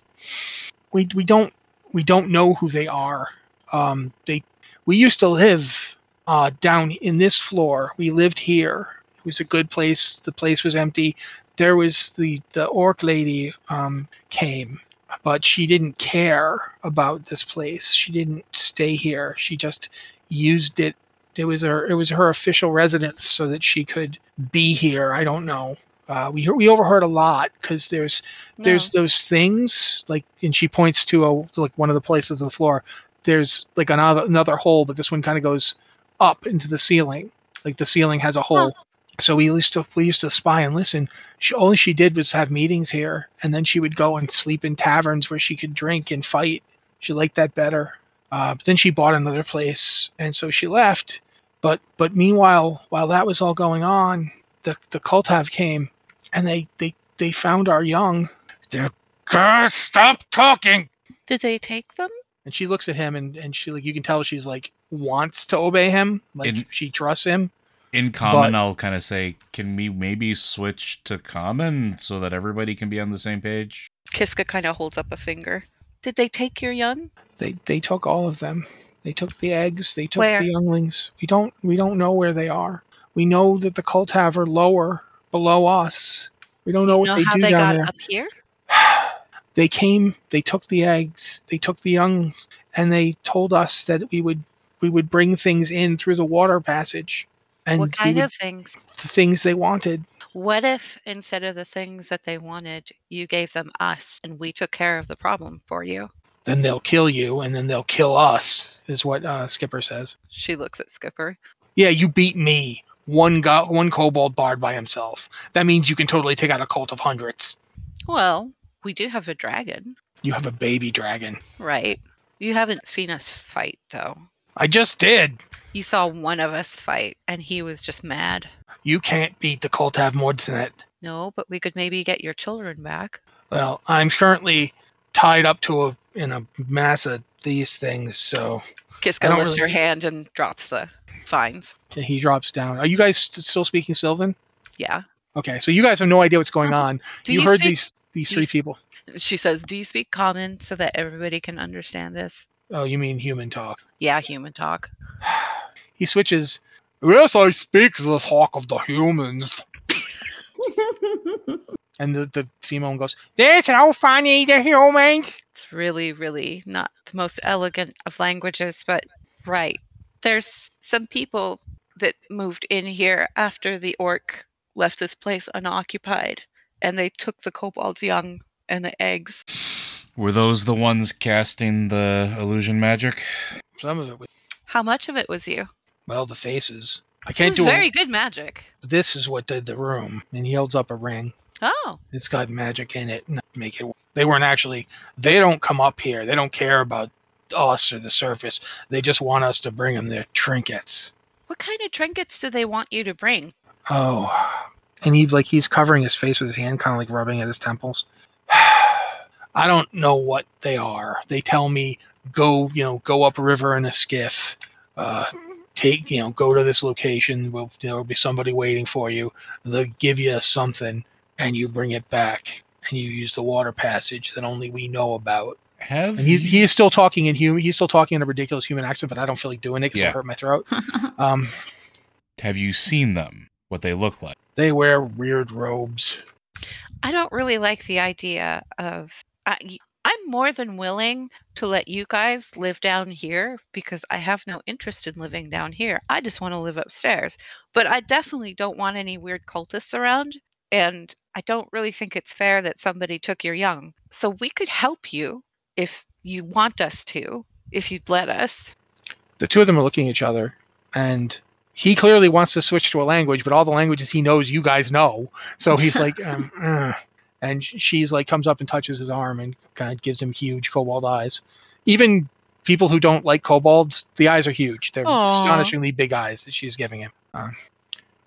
We we don't we don't know who they are. Um, they we used to live uh, down in this floor. We lived here. It was a good place. The place was empty. There was the the orc lady um, came, but she didn't care about this place. She didn't stay here. She just used it it was her it was her official residence so that she could be here i don't know uh, we we overheard a lot because there's there's those things like and she points to a to, like one of the places on the floor there's like another another hole but this one kind of goes up into the ceiling like the ceiling has a hole so we used to we used to spy and listen she all she did was have meetings here and then she would go and sleep in taverns where she could drink and fight she liked that better uh, but then she bought another place and so she left but but meanwhile, while that was all going on, the the Kultav came, and they they they found our young. They're "Girl, stop talking.
Did they take them?
And she looks at him, and and she like you can tell she's like wants to obey him, like
In-
she trusts him.
In common,
But-
I'll kind of say, can we maybe switch to common so that everybody can be on the same page?
Kiska kind of holds up a finger. Did they take your young?
They they took all of them. They took the eggs. They took
Where?
the younglings. We don't we don't know where they are. We know that the Kultav are lower below us. We don't know what
know
they
how
do
they
down
got
there.
up here?
they came they took the eggs they took the youngs and they told us that we would we would bring things in through the water passage and
what kind
we would-
of things?
the things they wanted
What if instead of the things that they wanted, you gave them us and we took care of the problem for you?
then they'll kill you and then they'll kill us is what uh, skipper says
She looks at Skipper.
yeah you beat me one go- one kobold bard by himself that means you can totally take out a cult of hundreds
Well, we do have a dragon,
you have a baby dragon
right? You haven't seen us fight, though.
i just did
You saw one of us fight and he was just mad.
you can't beat the cult have mordsenet
No, but we could maybe get your children back.
Well, I'm currently tied up to a in a mass of these things, so I
Kiska
don't
lifts her
really-
hand and drops the fines.
and he drops down. Are you guys st- still speaking Sylvan?
Yeah.
Okay, so you guys have no idea what's going on.
Uh, Do
you, heard
speak-
these these
do
three
you s-
people.
She says, Do you speak common so that everybody can understand this?
Oh, you mean human talk?
Yeah, human talk.
He switches. Yes, I speak the talk of the humans. And the, the female one goes, "That's how funny the humans."
It's really, really not the most elegant of languages, but right. There's some people that moved in here after the orc left this place unoccupied, and they took the kobold's young and the eggs.
Were those the ones casting the illusion magic?
Some of it was
How much of it was you?
well, the faces. I
It
can't
was
do
very
it.
good magic.
This is what did the room, and he holds up a ring.
Oh,
It's got magic in it. and Make it. They weren't actually. They don't come up here. They don't care about us or the surface. They just want us to bring them their trinkets.
what kind of trinkets do they want you to bring?
Oh, and he like he's covering his face with his hand, kind of like rubbing at his temples. I don't know what they are. They tell me go, you know, go up river in a skiff. Uh, take, you know, go to this location. Will there'll be somebody waiting for you. They'll give you something, and you bring it back, and you use the water passage that only we know about.
Have
And he,
you-
he is still talking in human. He's still talking in a ridiculous human accent, but I don't feel like doing it because
Yeah.
it hurt my throat. Um,
have you seen them? What they look like?
they wear weird robes.
I don't really like the idea of. I, y- I'm more than willing to let you guys live down here because I have no interest in living down here. I just want to live upstairs. But I definitely don't want any weird cultists around. And I don't really think it's fair that somebody took your young. So we could help you if you want us to, if you'd let us.
the two of them are looking at each other and he clearly wants to switch to a language but all the languages he knows you guys know so he's like um, "Ugh." and sh- she's like comes up and touches his arm and kind of gives him huge cobalt eyes even people who don't like kobolds the eyes are huge they're
Aw.
astonishingly big eyes that she's giving him Um,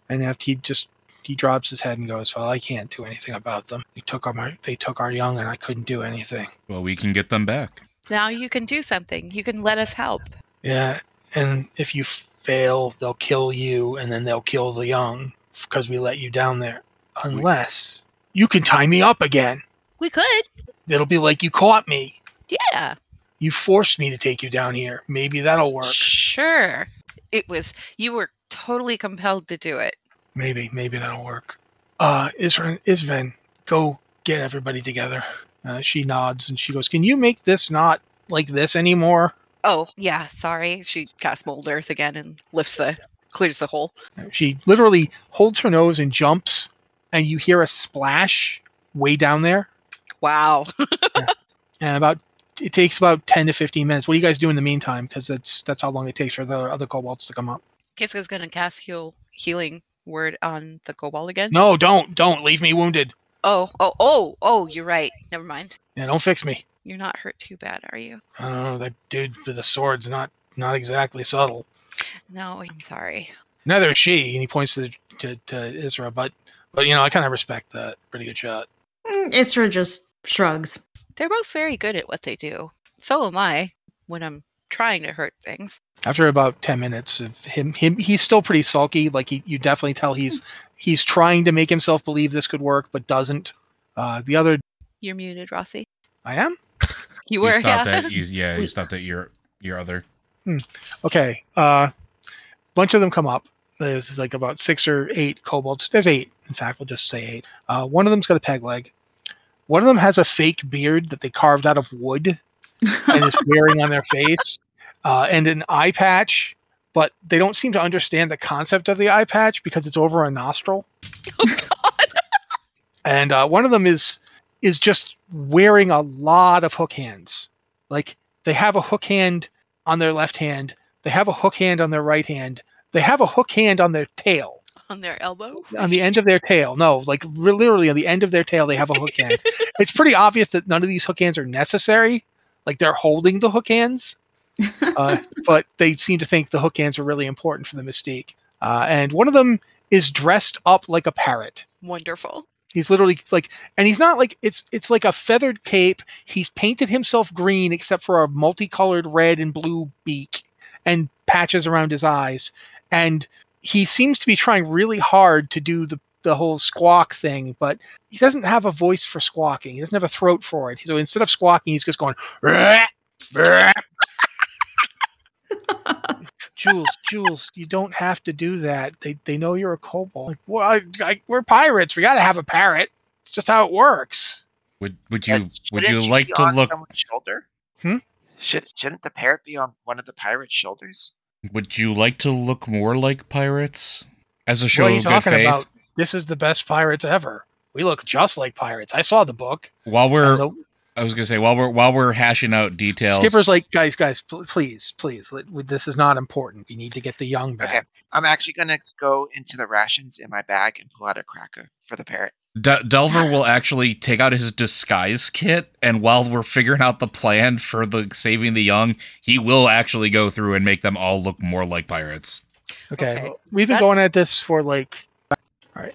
and after he just he drops his head and goes well i can't do anything about them they took our they took our young and i couldn't do anything
Well, we can get them back.
Now you can do something. You can let us help.
Yeah, and if you fail, they'll kill you, and then they'll kill the young because we let you down there. Unless you can tie me up again.
We could.
It'll be like you caught me.
Yeah.
You forced me to take you down here. Maybe that'll work.
Sure. It was you were totally compelled to do it.
Maybe, maybe that'll work. Uh, Isren, Isven, go get everybody together. Uh, she nods and she goes, Can you make this not like this anymore?
Oh, yeah, sorry. She casts mold earth again and lifts the clears the hole.
She literally holds her nose and jumps, and you hear a splash way down there.
Wow.
and about it takes about 10 to 15 minutes what do you guys do in the meantime because that's that's how long it takes for the other kobolds to come up
Kiska's gonna cast heal healing word on the kobold again.
no don't don't leave me wounded
Oh, oh, oh, oh, you're right. Never mind.
yeah don't fix me
You're not hurt too bad, are you?
oh that dude with the sword's not not exactly subtle
No, I'm sorry.
neither is she and he points to to, to Isra, but but you know i kind of respect that pretty good shot
Mm, Isra just shrugs.
They're both very good at what they do. So am I when I'm trying to hurt things.
after about 10 minutes of him him he's still pretty sulky like he, you definitely tell he's he's trying to make himself believe this could work but doesn't uh the other
You're muted, Rossi.
i am
You were
you stopped
yeah.
at you, yeah. You stopped at your your other.
Okay. Uh bunch of them come up. There's like about six or eight kobolds. There's eight, in fact, we'll just say eight. Uh, one of them's got a peg leg. One of them has a fake beard that they carved out of wood and is wearing on their face. Uh, and an eye patch, but they don't seem to understand the concept of the eye patch because it's over a nostril. and uh, one of them is is just wearing a lot of hook hands. Like they have a hook hand on their left hand, they have a hook hand on their right hand, they have a hook hand on their tail,
on their elbow.
on the end of their tail. No, like re- literally on the end of their tail, they have a hook hand. It's pretty obvious that none of these hook hands are necessary. Like they're holding the hook hands, uh, but they seem to think the hook hands are really important for the mystique. Uh, and one of them is dressed up like a parrot.
Wonderful.
He's literally like, and he's not like it's it's like a feathered cape. He's painted himself green except for a multicolored red and blue beak and patches around his eyes, and he seems to be trying really hard to do the the whole squawk thing, but he doesn't have a voice for squawking. He doesn't have a throat for it. So instead of squawking, he's just going. "Rah, rah." Jules, Jules, you don't have to do that. They they know you're a kobold. Like, well, I, I, we're pirates. We got to have a parrot. It's just how it works.
Would would
Uh,
you would
shouldn't
you
she
like
be
to
on
look?
someone's shoulder?
Hmm?
Should shouldn't the parrot be on one of the pirate's shoulders?
Would you like to look more like pirates as a show
what are you
of good
talking
faith?
about? This is the best pirates ever. We look just like pirates. I saw the book.
While
and
we're
the,
I was gonna say while we're while we're hashing out details.
Skipper's like, guys, guys, pl- please, please. let- we- This is not important. We need to get the young back.
Okay. I'm actually going to go into the rations in my bag and pull out a cracker for the parrot.
D- Delver will actually take out his disguise kit, and while we're figuring out the plan for the saving the young, he will actually go through and make them all look more like pirates.
Okay.
Okay.
well, We've been
That's-
going at this for like, all right,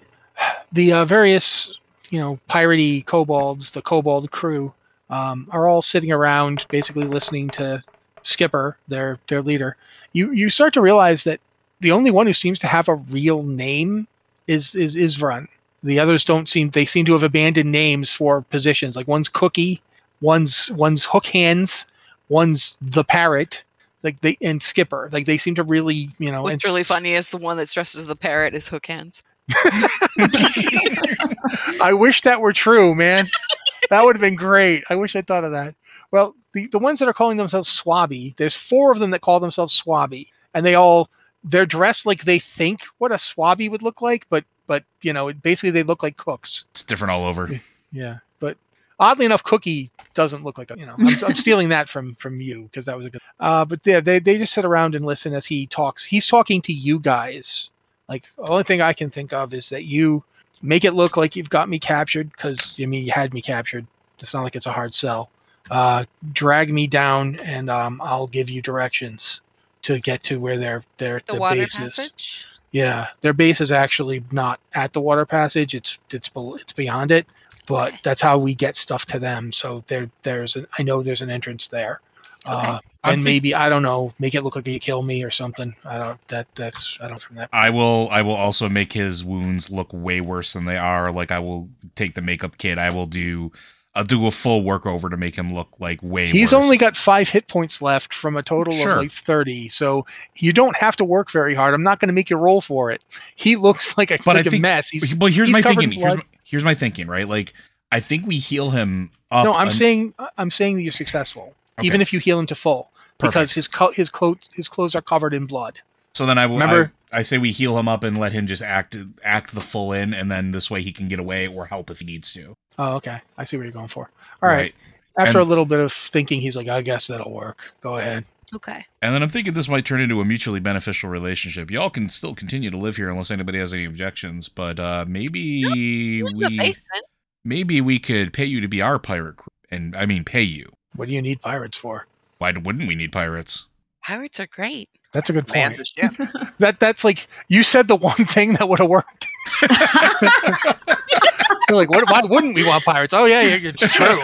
the uh, various you know piratey kobolds, the kobold crew, um, are all sitting around, basically listening to Skipper, their their leader. You you start to realize that the only one who seems to have a real name is is Isvran. The others don't seem they seem to have abandoned names for positions. Like one's Cookie, one's one's Hook Hands, one's the Parrot. Like they and Skipper, like they seem to really, you know,
What's
and
really
S-
funny is the one that's dressed as the parrot is Hook Hands.
I wish that were true, man. that would have been great. I wish I thought of that. Well, the, the ones that are calling themselves Swabby, there's four of them that call themselves Swabby, and they all they're dressed like they think what a Swabby would look like, but but you know, it, basically they look like cooks.
It's different all over.
Yeah, but oddly enough, Cookie doesn't look like a you know. I'm, I'm stealing that from from you because that was a good. Uh, but yeah, they they just sit around and listen as he talks. He's talking to you guys. Like the only thing I can think of is that you make it look like you've got me captured because I mean you had me captured. It's not like it's a hard sell. Uh, drag me down and um, I'll give you directions to get to where their their
The
the
water
base is.
passage.
Yeah, their base is actually not at the water passage. It's it's bel- it's beyond it, but
Okay.
that's how we get stuff to them. So there there's an I know there's an entrance there. Uh,
I'm
and
think-
maybe I don't know, make it look like you kill me or something. I don't that that's I don't from that.
I will I will also make his wounds look way worse than they are. Like I will take the makeup kit. I will do I'll do a full workover to make him look like way
He's
worse.
only got five hit points left from a total
Sure.
of like thirty, so you don't have to work very hard. I'm not going to make you roll for it. He looks like a
But I
freaking
think-
mess. He's,
Well, here's
he's
my
covered
thinking.
in
Here's my,
blood.
here's my thinking, right? Like I think we heal him up.
no, I'm
un-
saying I'm saying that you're successful, even
Okay.
if you heal him to full.
Perfect.
because his co- his coat his clothes are covered in blood.
So then I will.
Remember-
I, I say we heal him up and let him just act act the full in, and then this way he can get away or help if he needs to.
Oh, okay. I see what you're going for. All right. After
And-
a little bit of thinking, he's like, "I guess that'll work. Go ahead."
Okay.
And then I'm thinking this might turn into a mutually beneficial relationship. Y'all can still continue to live here unless anybody has any objections. But uh, maybe
We're in the
we
basement.
maybe we could pay you to be our pirate crew, and I mean pay you.
What do you need pirates for?
Why wouldn't we need pirates?
Pirates are great.
That's a good point.
Man the ship.
that that's like you said the one thing that would have worked. You're like, what, why wouldn't we want pirates? Oh yeah, yeah, it's true.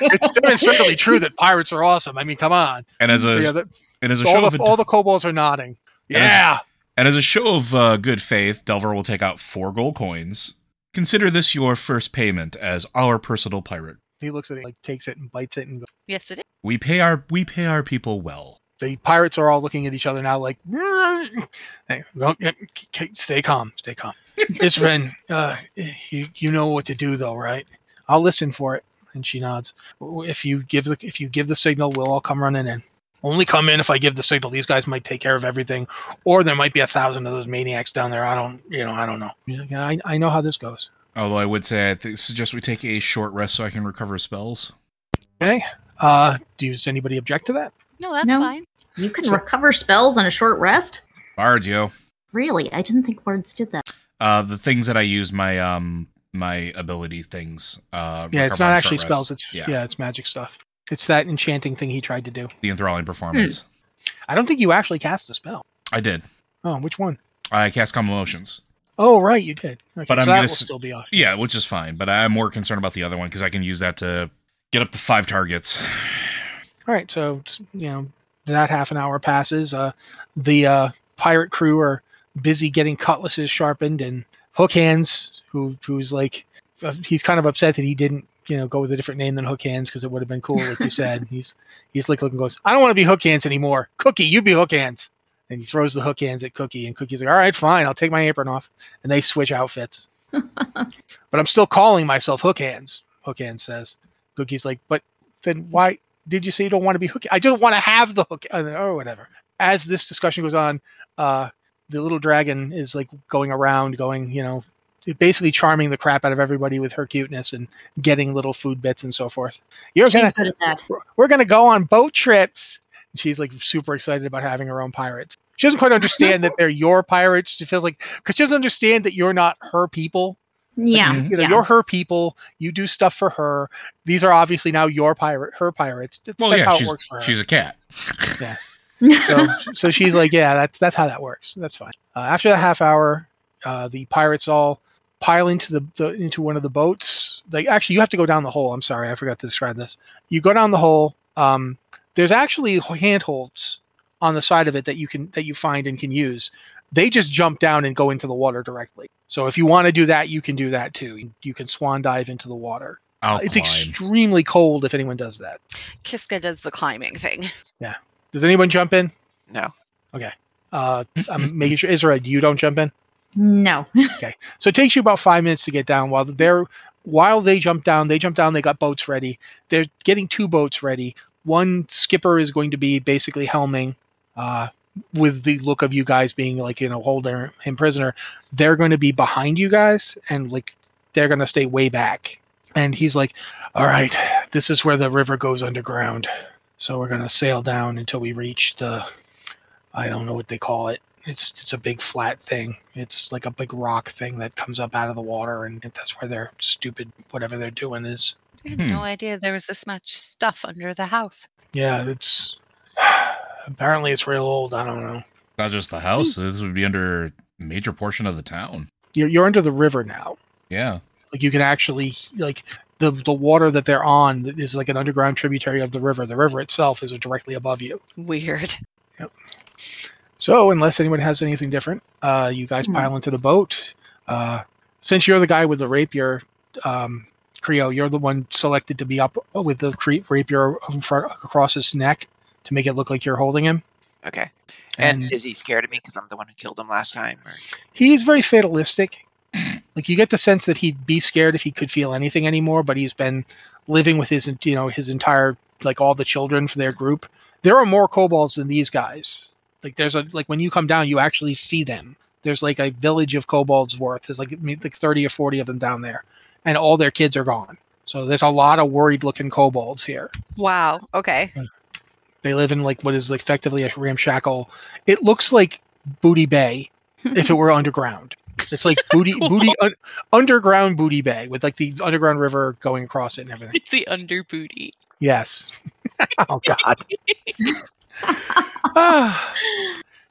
it's demonstrably true that pirates are awesome. I mean, come on.
And as
So,
a
yeah, that-
and as a show
all
of
the
ad-
all the kobolds are nodding.
And as-
Yeah.
and as a show of uh, good faith, Delver will take out four gold coins. Consider this your first payment as our personal pirate.
He looks at it, like takes it and bites it, and goes,
Yes, it is.
We pay our we pay our people well.
the pirates are all looking at each other now, like, Hey, don't- eh, k- k- stay calm, stay calm. Isren, uh, you you know what to do though, right? I'll listen for it. And she nods. If you give the if you give the signal, we'll all come running in. Only come in if I give the signal. These guys might take care of everything, or there might be a thousand of those maniacs down there. I don't, you know, I don't know. Yeah, I, I know how this goes.
Although I would say I th- suggest we take a short rest so I can recover spells.
Uh, does anybody object to that?
No, that's
No.
fine.
you can
So-
recover spells on a short rest?
Bards, yo.
Really? I didn't think words did that.
Uh, the things that I use my um my ability things. Uh,
Yeah, it's
recover
not
on
actually
short
spells.
rest.
It's
Yeah.
yeah. it's magic stuff. It's that enchanting thing he tried to do.
The enthralling
Hmm.
performance.
I don't think you actually cast a spell.
I did.
Oh, which one?
I cast calm emotions.
Oh, right, you did. Okay,
But
so
I'm
that
gonna
will
s-
still be off.
Yeah, which is fine. But I'm more concerned about the other one because I can use that to get up to five targets.
All right, so s- you know that half an hour passes. Uh, the uh, pirate crew are busy getting cutlasses sharpened, and Hook Hands, who who's like, uh, he's kind of upset that he didn't, you know, go with a different name than Hook Hands because it would have been cool, like you said. he's he's like looking, goes, I don't want to be Hook Hands anymore. Cookie, you be Hook Hands, and he throws the Hook Hands at Cookie, and Cookie's like, All right, fine, I'll take my apron off, and they switch outfits. but I'm still calling myself Hook Hands. Hook Hands says. Cookie's like, but then why? did you say you don't want to be hook? I didn't want to have the hook uh, or whatever. As this discussion goes on, uh, the little dragon is like going around, going, you know, basically charming the crap out of everybody with her cuteness and getting little food bits and so forth. You're
She's
gonna
good at that.
we're- we're gonna go on boat trips. And she's like super excited about having her own pirates. She doesn't quite understand that they're your pirates. She feels like because she doesn't understand that you're not her people.
Yeah.
Mm-hmm.
You know,
yeah.
you're her people. You do stuff for her. These are obviously now your pirate, her pirates. That's,
Well,
that's
yeah,
how
she's
it works for her.
she's a cat.
so, so she's like, yeah, that's that's how that works. That's fine. Uh, after the half hour, uh, the pirates all pile into the, the into one of the boats. Like, actually, you have to go down the hole. I'm sorry, I forgot to describe this. You go down the hole. Um, there's actually handholds on the side of it that you can that you find and can use. They just jump down and go into the water directly. So if you want to do that, you can do that too. You can swan dive into the water.
I'll
it's
climb.
extremely cold if anyone does that.
Kiska does the climbing thing.
Does anyone jump in?
No.
Uh, I'm making sure Israel, you don't jump in.
no.
So it takes you about five minutes to get down. While they're while they jump down, they jump down. They got boats ready. They're getting two boats ready. One skipper is going to be basically helming, uh, with the look of you guys being like you know holding him prisoner. They're going to be behind you guys and like they're going to stay way back. And he's like, "All right, this is where the river goes underground. So we're going to sail down until we reach the, I don't know what they call it." it's it's a big flat thing. It's like a big rock thing that comes up out of the water, and that's where their stupid whatever they're doing is.
I had no idea there was this much stuff under the house.
Yeah, it's apparently it's real old. I don't know.
Not just the house. This would be under a major portion of the town.
You're you're under the river now.
Yeah.
Like you can actually like the the water that they're on is like an underground tributary of the river. The river itself is directly above you.
Weird.
So, unless anyone has anything different, uh, you guys
Hmm.
pile into the boat. Uh, since you're the guy with the rapier, um, Creo, you're the one selected to be up with the cre- rapier in front across his neck to make it look like you're holding him.
Okay. And
And-
is he scared of me because I'm the one who killed him last time? Or...
He's very fatalistic. Like you get the sense that he'd be scared if he could feel anything anymore, but he's been living with his, you know, his entire like all the children for their group. There are more kobolds than these guys. Like there's a like when you come down, you actually see them. There's like a village of kobolds worth. There's like I mean, like thirty or forty of them down there, and all their kids are gone. So there's a lot of worried looking kobolds here.
Wow. Okay.
They live in like what is effectively a ramshackle. It looks like Booty Bay, if it were underground. It's like booty booty un- underground booty bay with like the underground river going across it and everything.
It's the under booty.
Yes. oh God. Ah,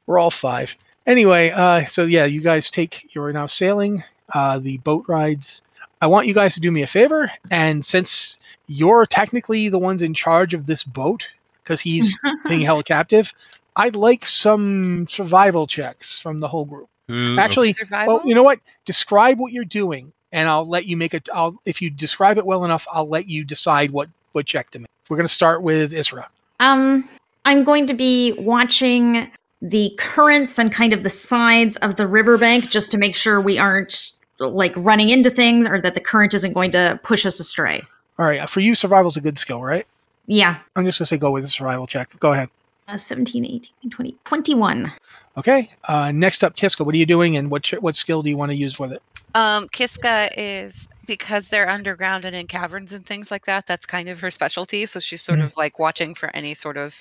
we're all five. Anyway, uh, so yeah, you guys take. You are now sailing uh, the boat rides. I want you guys to do me a favor, and since you're technically the ones in charge of this boat, because he's being held captive, I'd like some survival checks from the whole group.
Who-
Actually,
Survival.
well, you know what? Describe what you're doing, and I'll let you make it. I'll if you describe it well enough, I'll let you decide what what check to make. We're gonna start with Isra.
Um, I'm going to be watching the currents and kind of the sides of the riverbank just to make sure we aren't like running into things or that the current isn't going to push us astray.
All right, for you, survival's a good skill, right?
Yeah.
I'm just gonna say go with the survival check. Go ahead.
Uh, 17, 18, 20, 21.
Okay. Uh, next up, Kiska. What are you doing, and what ch- what skill do you want to use with it?
Um, Kiska is because they're underground and in caverns and things like that. That's kind of her specialty. So she's sort
Mhm.
of like watching for any sort of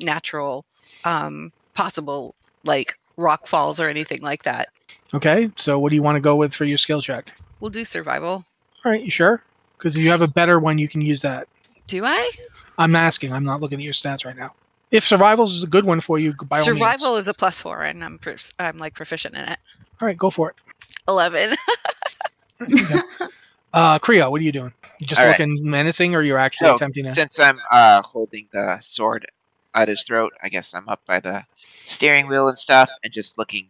natural, um, possible like rock falls or anything like that.
Okay. So what do you want to go with for your skill check?
We'll do survival.
All right. You sure? Because if you have a better one, you can use that.
Do I?
I'm asking. I'm not looking at your stats right now. If survival's is a good one for you, by all means.
survival is a plus four, and I'm pers- I'm like proficient in it.
All right, go for it.
Eleven.
Okay. Uh, Creo, what are you doing? You just
All right.
looking menacing, or you're actually
No,
attempting to?
Since I'm uh, holding the sword at his throat, I guess I'm up by the steering wheel and stuff and just looking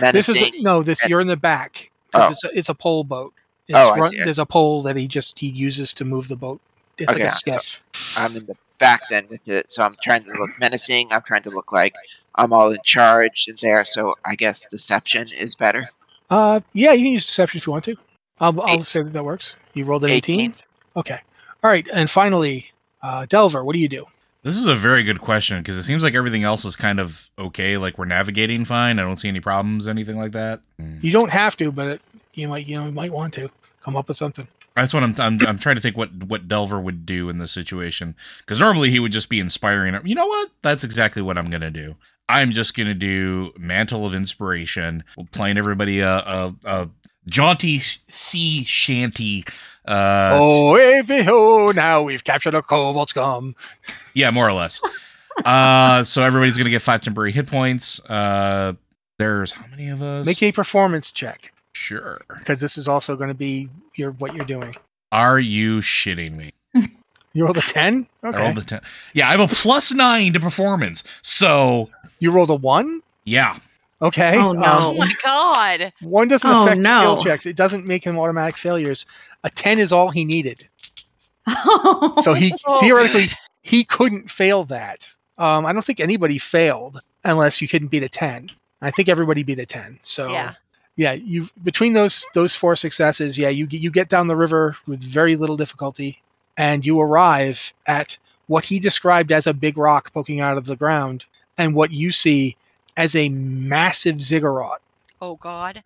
This
menacing.
is no. This
and-
you're in the back because
Oh.
it's, a, it's a pole boat. It's
Oh, I see.
There's a pole that he just he uses to move the boat. It's like
Okay.
a skiff.
I'm in the back then with it, so I'm trying to look menacing. I'm trying to look like I'm all in charge in there, so I guess deception is better.
Uh, yeah, you can use deception if you want to. I'll, I'll say that that works. You rolled an 18.
18.
Okay. All right, and finally, uh, Delver, what do you do?
This is a very good question because it seems like everything else is kind
Mm.
of okay. Like we're navigating fine. I don't see any problems, anything like that.
You don't have to, but you might you know you might want to come up with something.
That's what I'm, I'm. I'm trying to think what what Delver would do in this situation because normally he would just be inspiring. You know what? That's exactly what I'm gonna do. I'm just gonna do mantle of inspiration, playing everybody a a, a jaunty sea shanty. Uh,
oh, hey, behold, now we've captured a cobalt scum.
yeah, more or less. uh, so everybody's gonna get five temporary hit points. Uh, there's how many of us?
Make a performance check
sure.
because this is also going to be your what you're doing.
Are you shitting me?
You rolled a ten.
I
Okay.
rolled a ten. Yeah, I have a plus nine to performance. So
you rolled a one.
yeah,
Okay.
Oh, no.
Um,
Oh my god.
one doesn't
Oh,
affect
no.
skill checks. It doesn't make him automatic failures. A ten is all he needed. So he
Oh,
theoretically he couldn't fail that. Um, I don't think anybody failed unless you couldn't beat a ten. I think everybody beat a ten. So
Yeah.
yeah, you between those those four successes, yeah, you get- you get down the river with very little difficulty, and you arrive at what he described as a big rock poking out of the ground, and what you see as a massive ziggurat.
Oh god.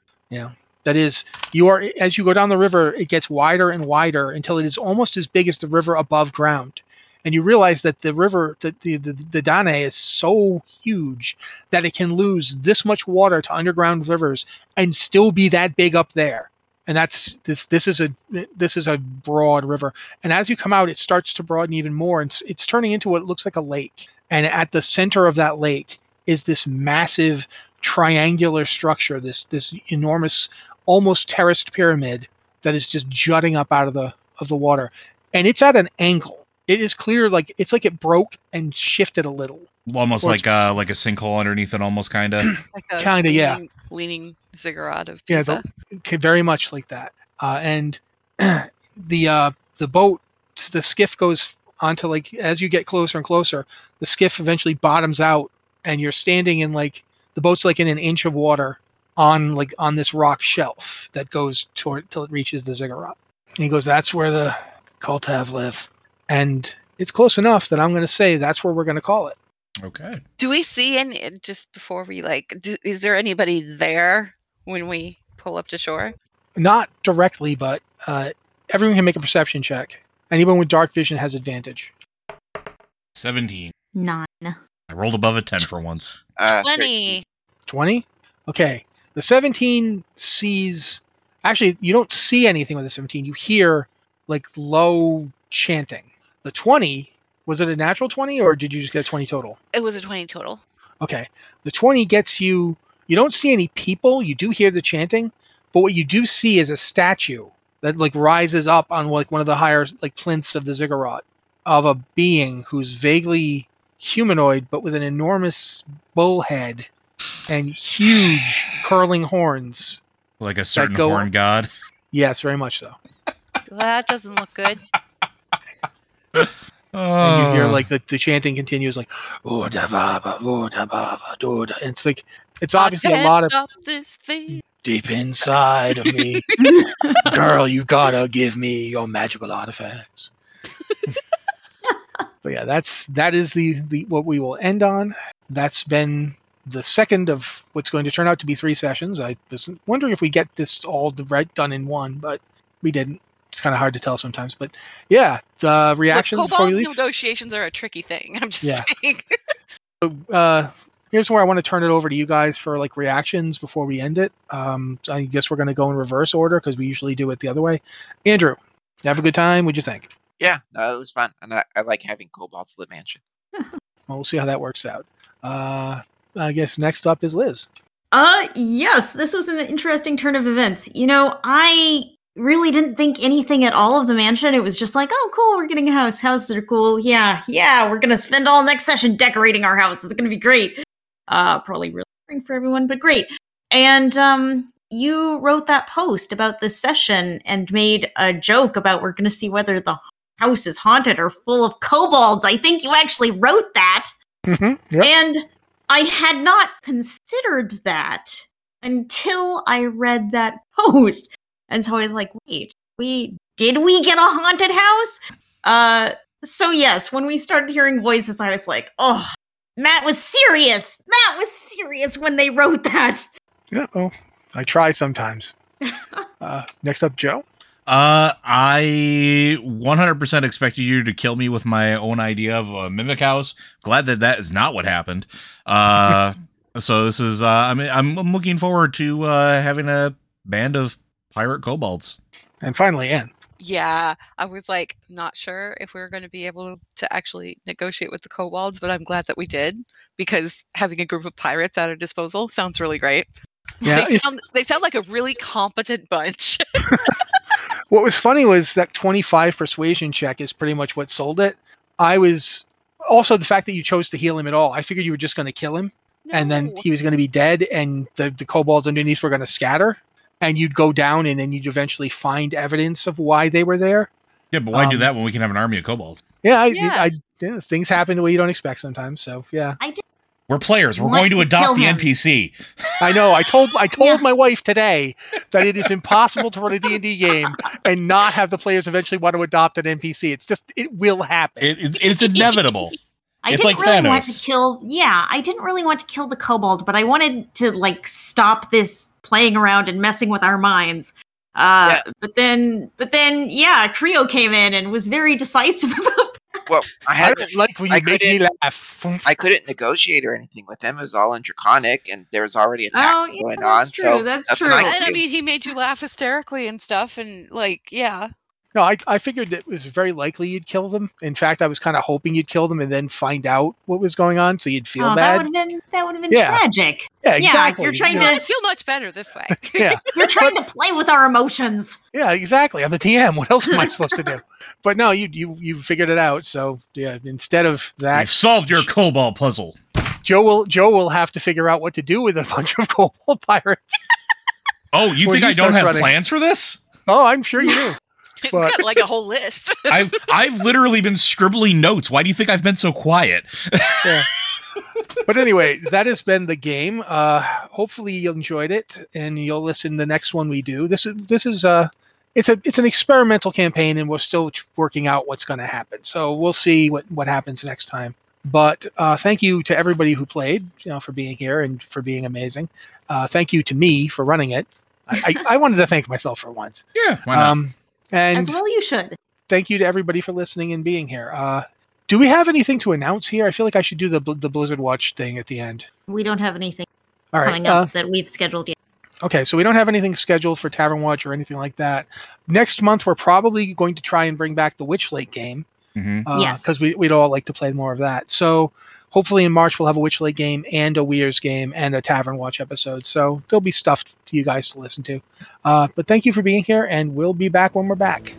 That is, you are as you go down the river, it gets wider and wider until it is almost as big as the river above ground. And you realize that the river, the the, the, the Dane, is so huge that it can lose this much water to underground rivers and still be that big up there. And that's this. This is a this is a broad river. And as you come out, it starts to broaden even more, and it's, it's turning into what looks like a lake. And at the center of that lake is this massive triangular structure, this this enormous almost terraced pyramid that is just jutting up out of the of the water and it's at an angle it is clear like it's like it broke and shifted a little
almost
Or
like uh like a sinkhole underneath it, almost kind of.
Like a
Kinda, yeah.
leaning- Leaning ziggurat of
Yeah,
pizza.
the- Okay, very much like that uh, and the uh, the boat the skiff goes onto like as you get closer and closer the skiff eventually bottoms out and you're standing in like the boat's like in an inch of water on like on this rock shelf that goes toward till it reaches the ziggurat and he goes that's where the cult have live and it's close enough that i'm going to say that's where we're going to call it
Okay.
Do we see any uh, just before we like? Do, is there anybody there when we pull up to shore?
not directly but uh, everyone can make a perception check anyone with dark vision has advantage
Seventeen.
nine.
I rolled above a ten for once.
Uh,
Twenty.
20 okay the 17 sees actually you don't see anything with the 17 you hear like low chanting the 20 was it a natural 20 or did you just get a 20 total
It was a twenty total.
okay the 20 gets you you don't see any people you do hear the chanting but what you do see is a statue that like rises up on like one of the higher like plinths of the ziggurat of a being who's vaguely humanoid but with an enormous bull head and huge curling horns
Like a certain
go
horn
up?
god.
yes very much so
That doesn't look good.
and you hear
Oh.
like the, the chanting continues like "Voda vava, voda vava, doda." and it's like it's obviously
I
a
can't
lot of
stop this thing.
deep inside of me girl, you gotta give me your magical artifacts. but yeah, that's that is the, the what we will end on. That's been the second of what's going to turn out to be three sessions. I was wondering if we get this all the right done in one, but we didn't. It's kind of hard to tell sometimes, but yeah, the
Look,
reactions before
cobalt
we leave.
negotiations are a tricky thing. I'm just
Yeah.
saying.
Uh, here's where I want to turn it over to you guys for like reactions before we end it. Um, so I guess we're going to go in reverse order because we usually do it the other way. Andrew, have a good time. What'd you think?
yeah, no, it was fun, and I, I like having Cobalt's Lit Mansion.
Well, we'll see how that works out. Uh, I guess next up is Liz.
Uh, yes, this was an interesting turn of events. You know, I really didn't think anything at all of the mansion. It was just like, oh, cool, we're getting a house. Houses are cool. Yeah, yeah, we're gonna spend all next session decorating our house. It's gonna be great. Uh, probably really boring for everyone, but great. And um, you wrote that post about this session and made a joke about we're gonna see whether the house is haunted or full of kobolds. I think you actually wrote that.
Mm-hmm. Yep.
And I had not considered that until I read that post. And so I was like, wait, we did we get a haunted house? Uh so yes, when we started hearing voices, I was like, oh, Matt was serious. Matt was serious when they wrote that.
Yeah, well, I try Oh, sometimes. Uh, next up, Joe.
Uh, I 100% expected you to kill me with my own idea of a mimic house. Glad that that is not what happened. Uh, so this is uh, I mean, I'm I'm looking forward to uh having a band of pirate kobolds.
And finally, Anne.
Yeah, I was like not sure if we were going to be able to actually negotiate with the kobolds, but I'm glad that we did because having a group of pirates at our disposal sounds really great.
Yeah,
they,
if-
sound, they sound like a really competent bunch.
What was funny was that 25 persuasion check is pretty much what sold it. I was also the fact that you chose to heal him at all. I figured you were just going to kill him and then
No.
he was going to be dead and the, the kobolds underneath were going to scatter and you'd go down and then you'd eventually find evidence of why they were there.
Yeah, but why do
Um,
that when we can have an army of kobolds?
Yeah, I,
Yeah.
I, yeah, things happen the way you don't expect sometimes. So yeah,
I did.
We're players. We're
Let
going to
me kill
adopt the
him.
NPC.
I know. I told I told
Yeah.
my wife today that it is impossible to run a D and D game and not have the players eventually want to adopt an NPC. It's just it will happen.
It, it, it's inevitable.
I
It's
didn't
like
really want
Thanos.
to kill. Yeah, I didn't really want to kill the kobold, but I wanted to like stop this playing around and messing with our minds. Uh, But then, but then, yeah, Creo came in and was very decisive about.
Well, I
I
had
don't like when you
I
make me laugh.
I couldn't negotiate or anything with him. It was all in draconic, and there was already a tack
Oh, yeah,
going
that's
on.
true.
So
that's
nothing
true.
I
and I
do.
mean, he made you laugh hysterically and stuff, and like, yeah,
No, I, I figured it was very likely you'd kill them. In fact, I was kind of hoping you'd kill them and then find out what was going on, so you'd feel
Oh, that
bad.
would have been that would have been
Yeah.
tragic.
yeah,
yeah,
exactly.
you're trying
You
to-
know,
I feel much better this way.
Yeah.
You're trying to play with our emotions.
yeah, exactly. I'm the TM. What else am I supposed to do? But no, you you you figured it out. So yeah, instead of
We've
that,
solved your kobold puzzle.
Joe will Joe will have to figure out what to do with a bunch of kobold pirates.
Oh, you
Well,
think
you
I don't
start
have
running.
plans for this?
Oh, I'm sure you do.
We've
But-
got, like a whole list.
I've I've literally been scribbling notes. Why do you think I've been so quiet?
But anyway, that has been the game. Uh, hopefully you enjoyed it and you'll listen the next one we do. This is this is a it's a it's an experimental campaign and we're still tr- working out what's going to happen. So we'll see what what happens next time. But uh, thank you to everybody who played, you know, for being here and for being amazing. Uh, thank you to me for running it. I, I, I wanted to thank myself for once.
Yeah, why not?
Um, and
As well, you should.
thank you to everybody for listening and being here. Uh, do we have anything to announce here? I feel like I should do the bl- the Blizzard Watch thing at the end.
We don't have anything
All right.
coming
uh,
up that we've scheduled yet.
Okay, so we don't have anything scheduled for Tavern Watch or anything like that. Next month, we're probably going to try and bring back the Witch Lake game
Mhm.
Yes.
because we, we'd all like to play more of that. So hopefully in March, we'll have a Witch Lake game and a Weirs game and a Tavern Watch episode. So there'll be stuff to you guys to listen to. Uh, but thank you for being here, and we'll be back when we're back.